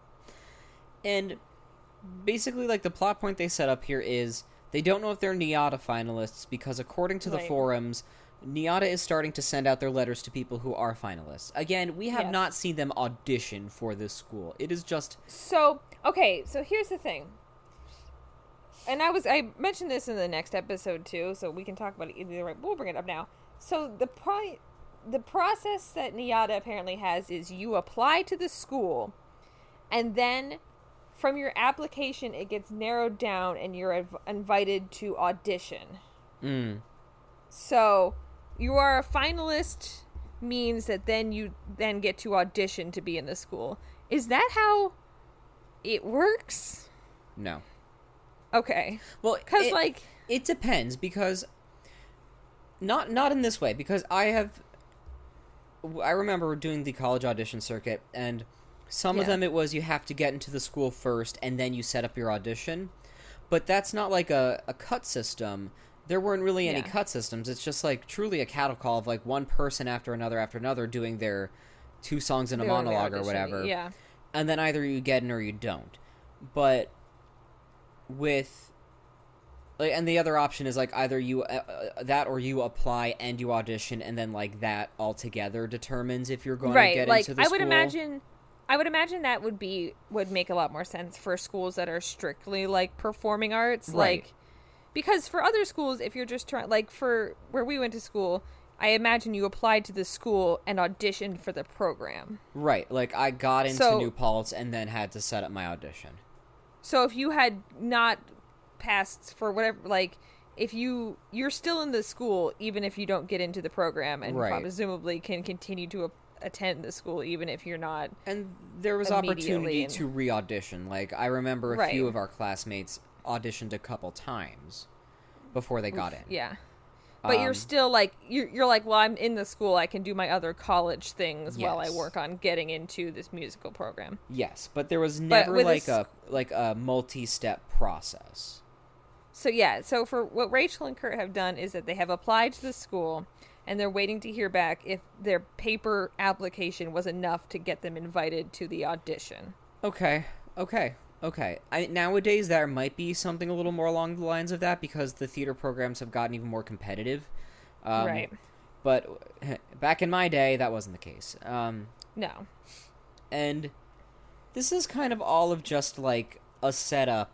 and basically like the plot point they set up here is they don't know if they're Niata finalists because according to the
Right.
forums Niata is starting to send out their letters to people who are finalists. Again, we have
Yes.
not seen them audition for this school. It is just
So, okay, so here's the thing. And I was I mentioned this in the next episode too, so we can talk about it either way. We'll bring it up now. So the point the process that Niata apparently has is you apply to the school and then from your application it gets narrowed down and you're inv- invited to audition.
mm,
So you are a finalist means that then you then get to audition to be in the school. Is that how it works?
no.
Okay.
Well,
Cuz
it-
like
it depends because not not in this way because i have i remember doing the college audition circuit and some of
Yeah.
them it was you have to get into the school first and then you set up your audition but that's not like a, a cut system there weren't really any
Yeah.
cut systems it's just like truly a cattle call of like one person after another after another doing their two songs in a
they're on the
monologue or
audition,
whatever
Yeah.
and then either you get in or you don't. But with like, and the other option is like either you uh, uh, that or you apply and you audition, and then like that altogether determines if you're going to
Right.
get
Like
into the
I would
school.
imagine I would imagine that would be would make a lot more sense for schools that are strictly like performing arts
Right.
like because for other schools if you're just trying like for where we went to school I imagine you applied to the school and auditioned for the program.
right? Like I got into
So-
New Paltz and then had to set up my audition.
So if you had not passed for whatever, like if you you're still in the school, even if you don't get into the program, and
Right.
presumably can continue to a- attend the school, even if you're not.
And there was
Immediately
opportunity
and-
to re-audition. Like I remember a
Right.
few of our classmates auditioned a couple times before they got in.
Yeah, but you're
Um,
still like you're you're like, well, I'm in the school. I can do my other college things while I
Yes.
work on getting into this musical program.
Yes, but there was never
with a
like
s-
a like a multi-step process.
So yeah, so for what Rachel and Kurt have done is that they have applied to the school and they're waiting to hear back if their paper application was enough to get them invited to the audition.
Okay, okay, okay. I, nowadays, there might be something a little more along the lines of that because the theater programs have gotten even more competitive. Um,
right.
But *laughs* back in my day, that wasn't the case. Um,
No.
and this is kind of all of just like a setup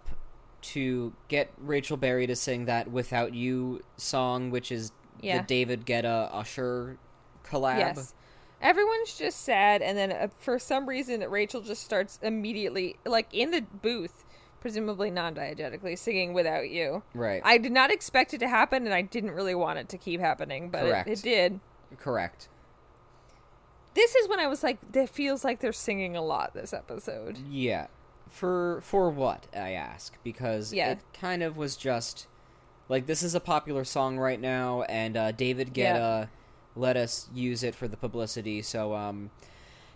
to get Rachel Berry to sing that "Without You" song, which is
Yeah.
the David Guetta Usher collab.
Yes. everyone's just sad and then uh, for some reason rachel just starts immediately like in the booth presumably non-diegetically singing without you
Right.
i did not expect it to happen and i didn't really want it to keep happening but it,
Correct.
it did
Correct.
this is when i was like that feels like they're singing a lot this episode
Yeah. For for what I ask because
Yeah.
it kind of was just like this is a popular song right now and uh, David Guetta
Yeah.
let us use it for the publicity so um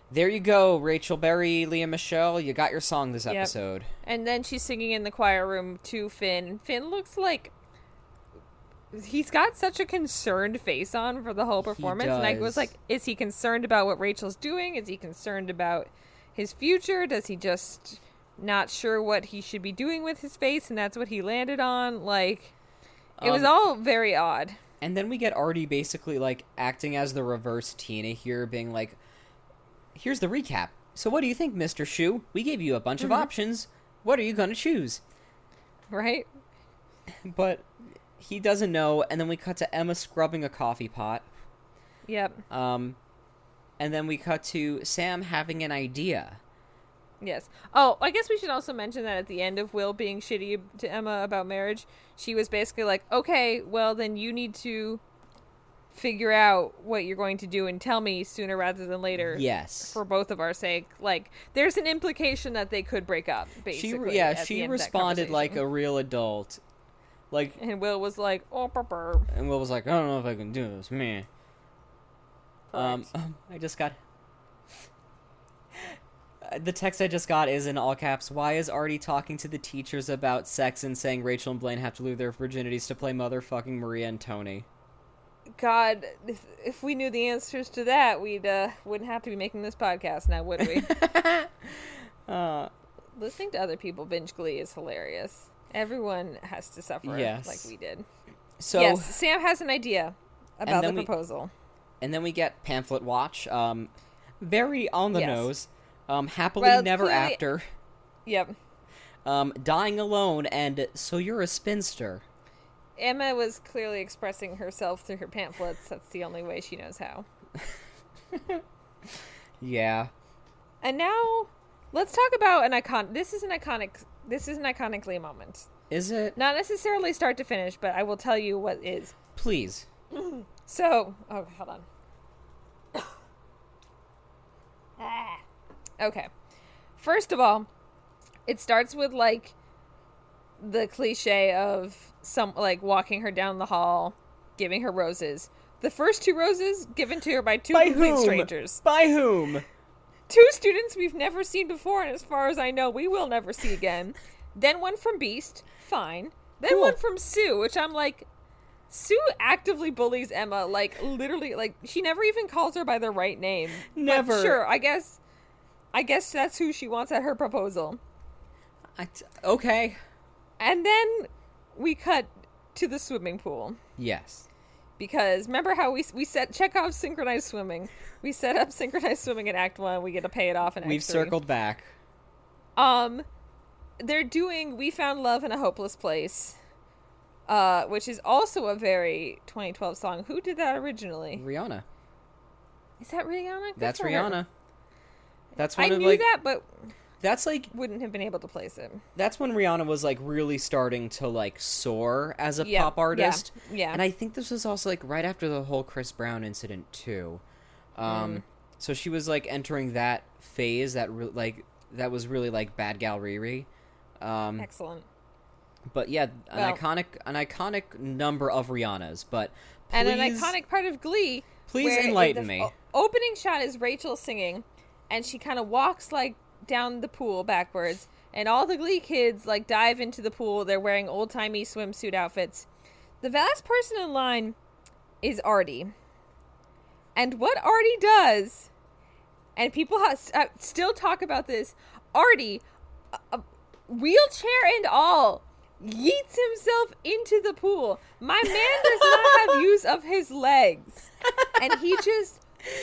there you go Rachel Berry Leah Michelle you got your song this
Yep.
episode
And then she's singing in the choir room to Finn. Finn looks like he's got such a concerned face on for the whole performance. And I was
does.
like, is he concerned about what Rachel's doing? Is he concerned about his future? Does he just not sure what he should be doing with his face? And that's what he landed on. Like, it was
Um,
all very odd.
And then we get Artie basically like acting as the reverse Tina here, being like, "Here's the recap. So what do you think, Mister Shu? We gave you a bunch
Mm-hmm.
of options. What are you gonna choose?"
Right?
But he doesn't know. And then we cut to Emma scrubbing a coffee pot.
Yep.
Um, and then we cut to Sam having an idea.
Yes. Oh, I guess we should also mention that at the end of Will being shitty to Emma about marriage, she was basically like, "Okay, well then you need to figure out what you're going to do and tell me sooner rather than later."
Yes.
For both of our sake, like there's an implication that they could break up.
She
Basically,
re- yeah
at the
she
end of that
responded like
conversation.
a real adult, like
And Will was like, "Oh, burp, burp."
and Will was like, "I don't know if I can do this, man." Um, I just got Uh, the text I just got is in all caps. Why is Artie talking to the teachers about sex and saying Rachel and Blaine have to lose their virginities to play motherfucking Maria and Tony?
God, if, if we knew the answers to that, we'd uh, wouldn't have to be making this podcast now, would
*laughs*
we? Uh, Listening to other people binge glee is hilarious. Everyone has to suffer
Yes.
like we did.
So
yes, Sam has an idea about the
then we-
proposal.
and then we get pamphlet watch. Um, very on the
Yes.
nose. Um, happily
Well,
never
clearly-
after.
Yep.
Um, dying alone and so you're a spinster.
Emma was clearly expressing herself through her pamphlets. That's the only way she knows how.
Yeah.
And now let's talk about an icon this is an iconic this is an iconic Lee moment.
Is it?
Not necessarily start to finish, but I will tell you what is.
Please.
So, oh, hold on. *coughs* Ah. okay. First of all, it starts with like the cliche of some like walking her down the hall, giving her roses. The first two roses given to her by two complete strangers.
By whom?
Two students we've never seen before, and as far as I know, we will never see again. then one from Beast, fine. Then
Cool.
one from Sue, which I'm like, Sue actively bullies Emma, like literally, like she never even calls her by the right name. But
Never.
sure, I guess, I guess that's who she wants at her proposal.
I t- okay.
And then we cut to the swimming pool.
Yes.
because remember how we we set check off synchronized swimming. We set up synchronized swimming in Act One. We get to pay it off in Act
We've
three.
circled back.
Um, they're doing "We Found Love in a Hopeless Place," uh, which is also a very 2012 song. Who did that originally?
Rihanna.
Is that Rihanna? Good
That's
for her.
Rihanna. That's
I
one of
knew
like
that, but
that's like
wouldn't have been able to place it.
that's when Rihanna was like really starting to like soar as a
Yeah,
pop
yeah,
artist.
yeah.
And I think this was also like right after the whole Chris Brown incident too. Um
Mm.
so she was like entering that phase that re- like that was really like bad gal Riri. Um
Excellent.
but yeah, an
Well-
iconic an iconic number of Rihanna's, but
and an
please-
iconic part of Glee.
Please
where
enlighten
the
me.
o- opening shot is Rachel singing, and she kind of walks like down the pool backwards, and all the Glee kids like dive into the pool. They're wearing old timey swimsuit outfits. The last person in line is Artie, and what Artie does, and people ha- s- uh, still talk about this. Artie, a, a wheelchair and all, yeets himself into the pool. My man does not have use of his legs. And he just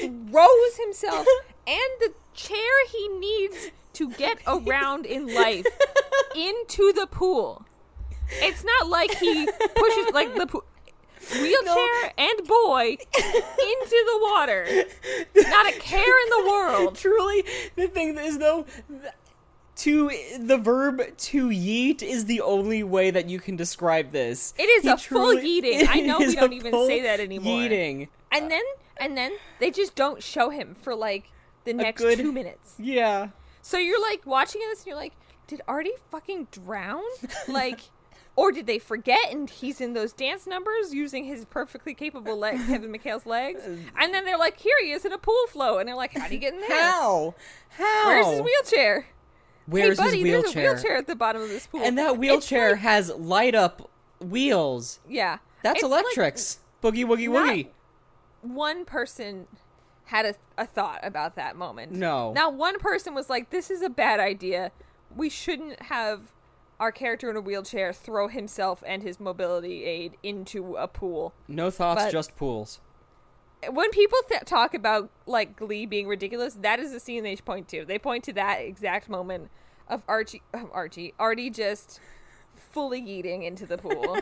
throws himself and the chair he needs to get around in life into the pool. It's not like he pushes like the pool. wheelchair and boy into the water. Not a care in the world.
Truly, the thing is though, th- to the verb to yeet is the only way that you can describe this.
It is
He
a full yeeting.
*laughs* it
I know we
is
don't
a
even
full
say that anymore.
Yeeting.
And then and then they just don't show him for like the next
good-
2 minutes.
Yeah.
So you're like watching this and you're like, did Artie fucking
*laughs*
drown? Like Or did they forget and he's in those dance numbers using his perfectly capable
*laughs*
leg, Kevin McHale's legs? And then they're like, here he is in a pool float. And they're like, how'd he get in there?
How? How?
Where's his wheelchair?
Where's
hey, buddy,
his
there's a wheelchair at the bottom of this pool.
And that
It's
wheelchair
like-
has light up wheels.
yeah.
That's
It's like
electrics. Boogie woogie
not-
woogie.
one person had a, a thought about that moment.
No.
Now, one person was like, this is a bad idea. We shouldn't have our character in a wheelchair throw himself and his mobility aid into a pool.
No thoughts,
but-
just pools. *laughs*
When people th- talk about, like, Glee being ridiculous, that is the scene they point to. They point to that exact moment of Archie, of Archie, Artie just fully eating into the
*laughs*
pool.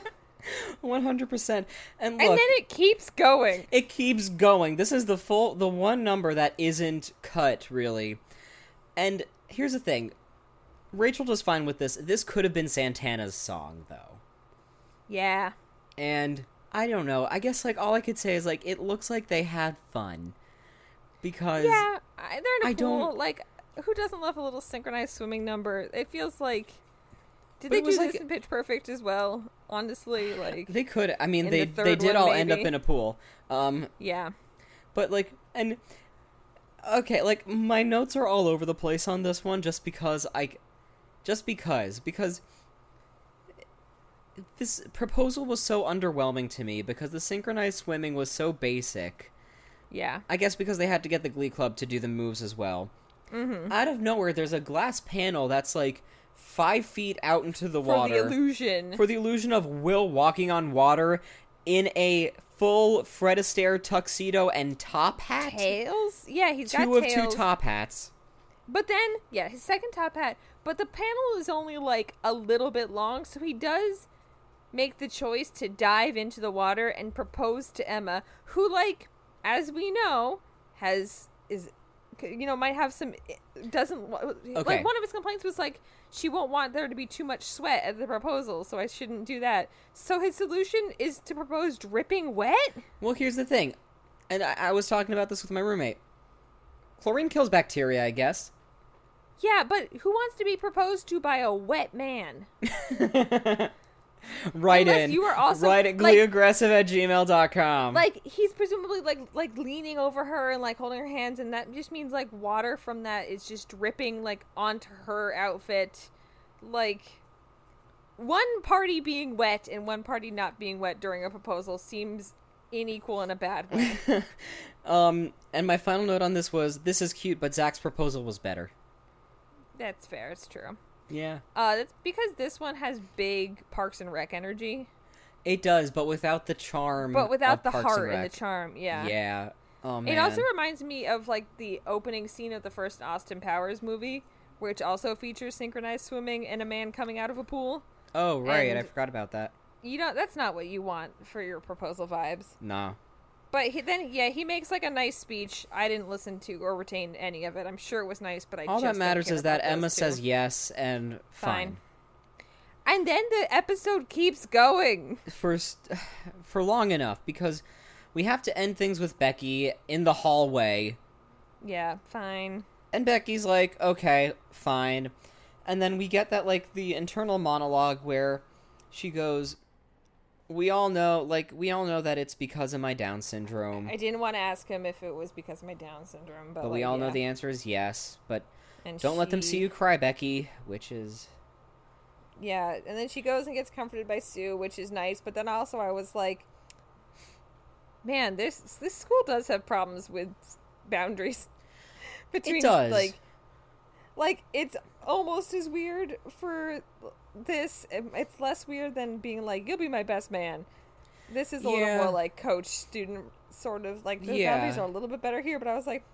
One hundred percent. And
and
look,
then it keeps going.
it keeps going. This is the full, the one number that isn't cut really. And here's the thing, Rachel does fine with this. This could have been Santana's song though,
Yeah.
and I don't know. I guess like all I could say is like it looks like they had fun because
Yeah, I, they're in a
I
pool.
don't-
Like, who doesn't love a little synchronized swimming number? It feels like. Did
But
they
it was
do
like-
this in Pitch Perfect as well? Honestly, like,
they could. I mean,
In
they
the
they
third
did
one,
all end up
maybe.
in a pool. Um,
yeah,
But like and okay, like my notes are all over the place on this one just because I just because because this proposal was so underwhelming to me because the synchronized swimming was so basic.
yeah,
I guess because they had to get the Glee Club to do the moves as well. Mm-hmm. Out of nowhere, there's a glass panel that's like five feet out into the
for
water
the illusion.
for the illusion of Will walking on water in a full Fred Astaire tuxedo and top hat
tails. Yeah, he's
two
got
of
tails.
two top hats.
But then, yeah, his second top hat. But the panel is only like a little bit long, so he does make the choice to dive into the water and propose to Emma, who, like, as we know, has is you know might have some eh, doesn't wa-
Okay.
like one of his complaints was like she won't want there to be too much sweat at the proposal so i shouldn't do that so his solution is to propose dripping wet
Well, here's the thing, and I, I was talking about this with my roommate. Chlorine kills bacteria, I guess.
yeah but who wants to be proposed to by a wet man
Right
Unless
in.
you were also-
right at
like-
gleeaggressive at gmail.com.
like he's presumably like like leaning over her and like holding her hands and that just means like water from that is just dripping like onto her outfit like one party being wet and one party not being wet during a proposal seems unequal in a bad
*laughs*
way
um, and my final note on this was this is cute, but Zach's proposal was better.
that's fair it's true
Yeah.
uh that's because this one has big parks and rec energy
It does, but without the charm.
but without
of
the
Mm, Parks
heart and,
Rec.
the charm
Yeah. Oh man.
It also reminds me of like the opening scene of the first Austin Powers movie, which also features synchronized swimming and a man coming out of a pool.
oh right, I
and-
forgot about that.
You know, that's not what you want for your proposal vibes.
Nah.
But he, then, yeah, he makes like a nice speech. I didn't listen to or retain any of it. I'm sure it was nice, but I
All
just
that
don't
matters
care
is that
about
Emma
those two.
says yes and
Fine. And then the episode keeps going.
for s- *sighs* for long enough because we have to end things with Becky in the hallway,
Yeah, fine.
and Becky's like, "Okay, fine," and then we get that like the internal monologue where she goes, "We all know, like, we all know that it's because of my Down syndrome,
I didn't want to ask him if it was because of my Down syndrome, but,
but we
like,
all know
yeah.
the answer is yes, but."
And
Don't let them
she-
see you cry, Becky, which is
Yeah, and then she goes and gets comforted by Sue, which is nice. But then also, I was like, man, this this school does have problems with boundaries *laughs* between
does.
like like it's almost as weird for this. It's less weird than being like, you'll be my best man. This is a
Yeah.
little more like coach student sort of like the
Yeah.
boundaries are a little bit better here. But I was like,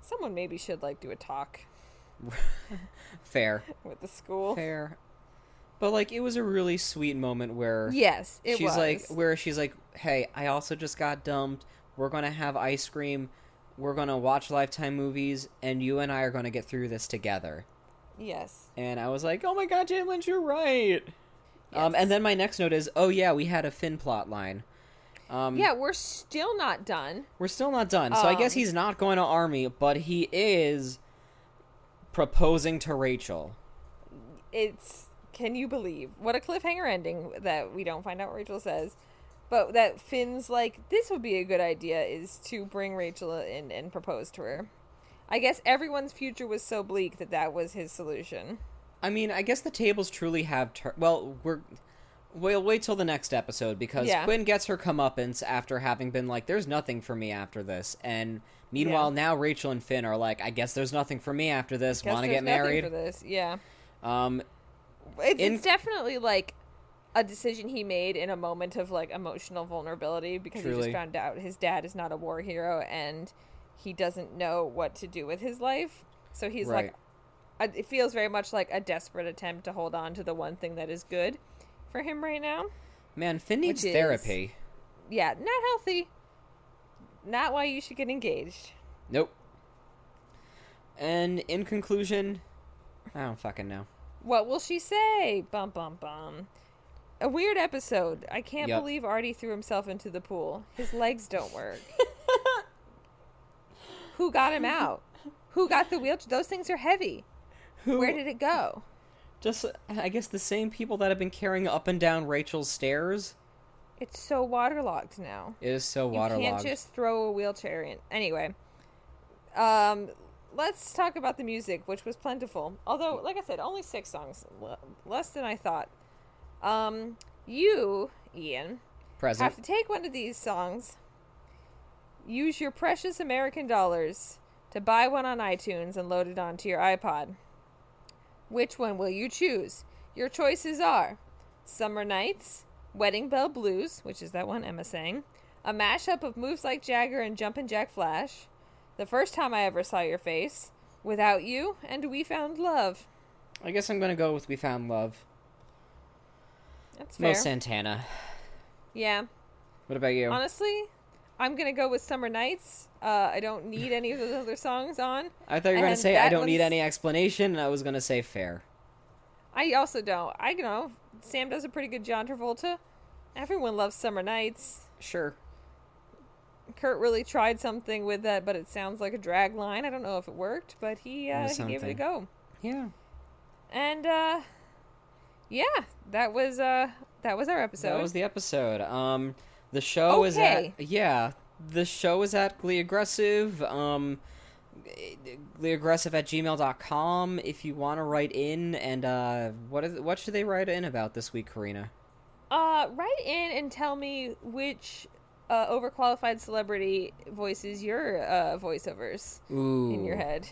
someone maybe should like do a talk
fair.
with the school.
Fair. But like it was a really sweet moment where
Yes, it
she's
was.
like where she's like, "Hey, I also just got dumped. We're going to have ice cream. We're going to watch lifetime movies and you and I are going to get through this together."
yes.
And I was like, "Oh my god, Jay Lynch, you're right." Um and then my next note is, "Oh yeah, we had a Finn plot line." Um
Yeah, we're still not done.
we're still not done. So I guess
Um,
he's not going to army, but he is proposing to Rachel.
It's can you believe what a cliffhanger ending that we don't find out what Rachel says, but that Finn's like this would be a good idea is to bring Rachel in and propose to her. I guess everyone's future was so bleak that that was his solution.
I mean, I guess the tables truly have tur well, we're we'll wait till the next episode because
Yeah.
Quinn gets her comeuppance after having been like, "There's nothing for me after this," and meanwhile, now Rachel and Finn are like, "I guess there's nothing for me after this.
Guess
Want to
there's
get
nothing for
married?"
this? Yeah,
Um,
it's,
In-
it's definitely like a decision he made in a moment of like emotional vulnerability because he
Truly.
just found out his dad is not a war hero and he doesn't know what to do with his life. So he's
right.
like, I- it feels very much like a desperate attempt to hold on to the one thing that is good for him right now.
Man, Finn needs
is-
therapy.
Yeah, not healthy. Not why you should get engaged.
Nope. And in conclusion, I don't fucking know.
What will she say? Bum bum bum. A weird episode. I can't
Yep.
believe Artie threw himself into the pool. His legs don't work. Who got him out? Who got the wheelchair? Those things are heavy.
Who
Where did it go?
just I guess the same people that have been carrying up and down Rachel's stairs.
It's so waterlogged now.
It is so waterlogged.
You can't just throw a wheelchair in. Anyway, um, let's talk about the music, which was plentiful. Although, like I said, only six songs, l- less than I thought. Um, you, Ian,
Present.
have to take one of these songs. Use your precious American dollars to buy one on iTunes and load it onto your iPod. Which one will you choose? Your choices are Summer Nights, Wedding Bell Blues, which is that one Emma sang, a mashup of Moves Like Jagger and Jumpin' Jack Flash, The First Time I Ever Saw Your Face, Without You, and We Found Love.
I guess I'm gonna go with "We Found Love."
That's fair.
No Santana.
Yeah.
What about you?
Honestly, I'm gonna go with Summer Nights. Uh, I don't need any of those other songs on.
I thought you were gonna
and
say I
that
don't need
one's-
any explanation, and I was gonna say fair.
I also don't. I you know Sam does a pretty good John Travolta. Everyone loves Summer Nights.
Sure.
Kurt really tried something with that, but it sounds like a drag line. I don't know if it worked, but he uh,
Or
he gave it a
something.
go.
Yeah.
And uh, yeah, that was uh that was our episode.
that was the episode. Um, the show is
Okay.
at yeah. The show is at Glee Aggressive. Um, gleeaggressive at gmail.com if you want to write in and uh what is what should they write in about this week karina
Uh, write in and tell me which uh, overqualified celebrity voices your uh, voiceovers
ooh
in your head.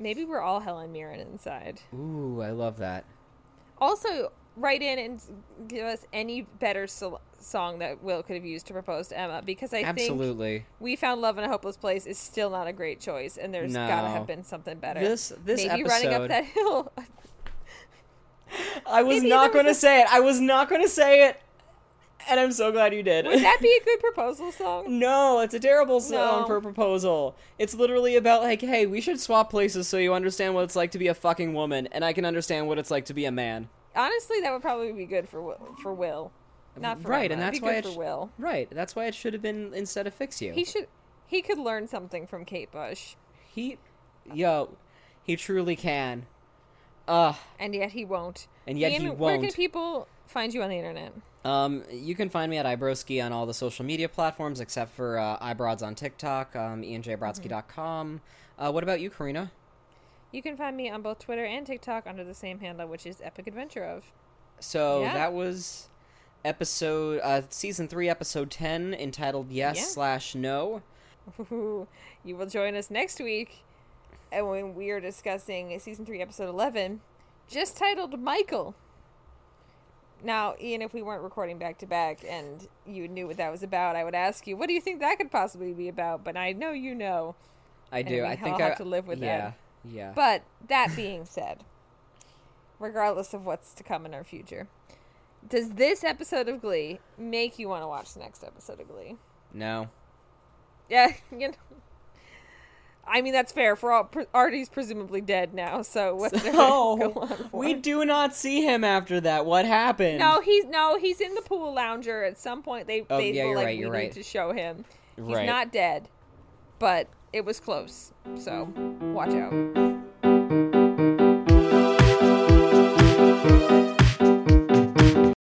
Maybe we're all Helen Mirren inside.
ooh i love that
Also, write in and give us any better sol- song that Will could have used to propose to Emma because I think
absolutely
we found love in a hopeless place is still not a great choice, and there's
No.
gotta have been something better.
This- this
maybe running up
episode-
that hill.
*laughs*
*laughs*
I was
Maybe
not
there was
going to
a-
say it. I was not going to say it. And I'm so glad you did.
Would that be a good proposal song?
no, it's a terrible song
No.
for a proposal. It's literally about like, hey, we should swap places so you understand what it's like to be a fucking woman and I can understand what it's like to be a man.
Honestly, that would probably be good for Will, for Will, not for
Right,
Emma. It'd
and that's
be
why
good
it
for
sh-
Will.
Right. That's why it should have been instead of fix you.
He should. He could learn something from Kate Bush,
he yo, he truly can. Uh,
and yet he won't.
And yet
Ian,
he
Where can
won't.
people find you on the internet?
Um, you can find me at Ibroski on all the social media platforms except for uh, Ibrods on TikTok, um,
Mm-hmm.
ianjbrodsky.com. Uh, what about you, Karina?
You can find me on both Twitter and TikTok under the same handle, which is Epic Adventure of. *laughs*
So
Yeah.
that was episode uh season three, episode ten, entitled Yes
Yeah.
slash No.
you will join us next week, and when we are discussing season three, episode eleven, just titled Michael. Now, Ian, if we weren't recording back to back and you knew what that was about, I would ask you, what do you think that could possibly be about? But I know you know.
I
we
do. I think
all
I
have to live with
yeah,
that.
Yeah.
But that being said, regardless of what's to come in our future. Does this episode of Glee make you want to watch the next episode of Glee?
No.
Yeah, *laughs* you know. I mean that's fair. For all, pre- Artie's presumably dead now,
*laughs*
so what's *laughs* there to go
So
on for?
*laughs* we do not see him after that. What happened?
No, he's no, he's in the pool lounger. At some point, they
Oh,
they
yeah,
were
you're
like
right,
we
you're
need
right.
to show him. He's
Right.
not dead, but it was close. So watch out.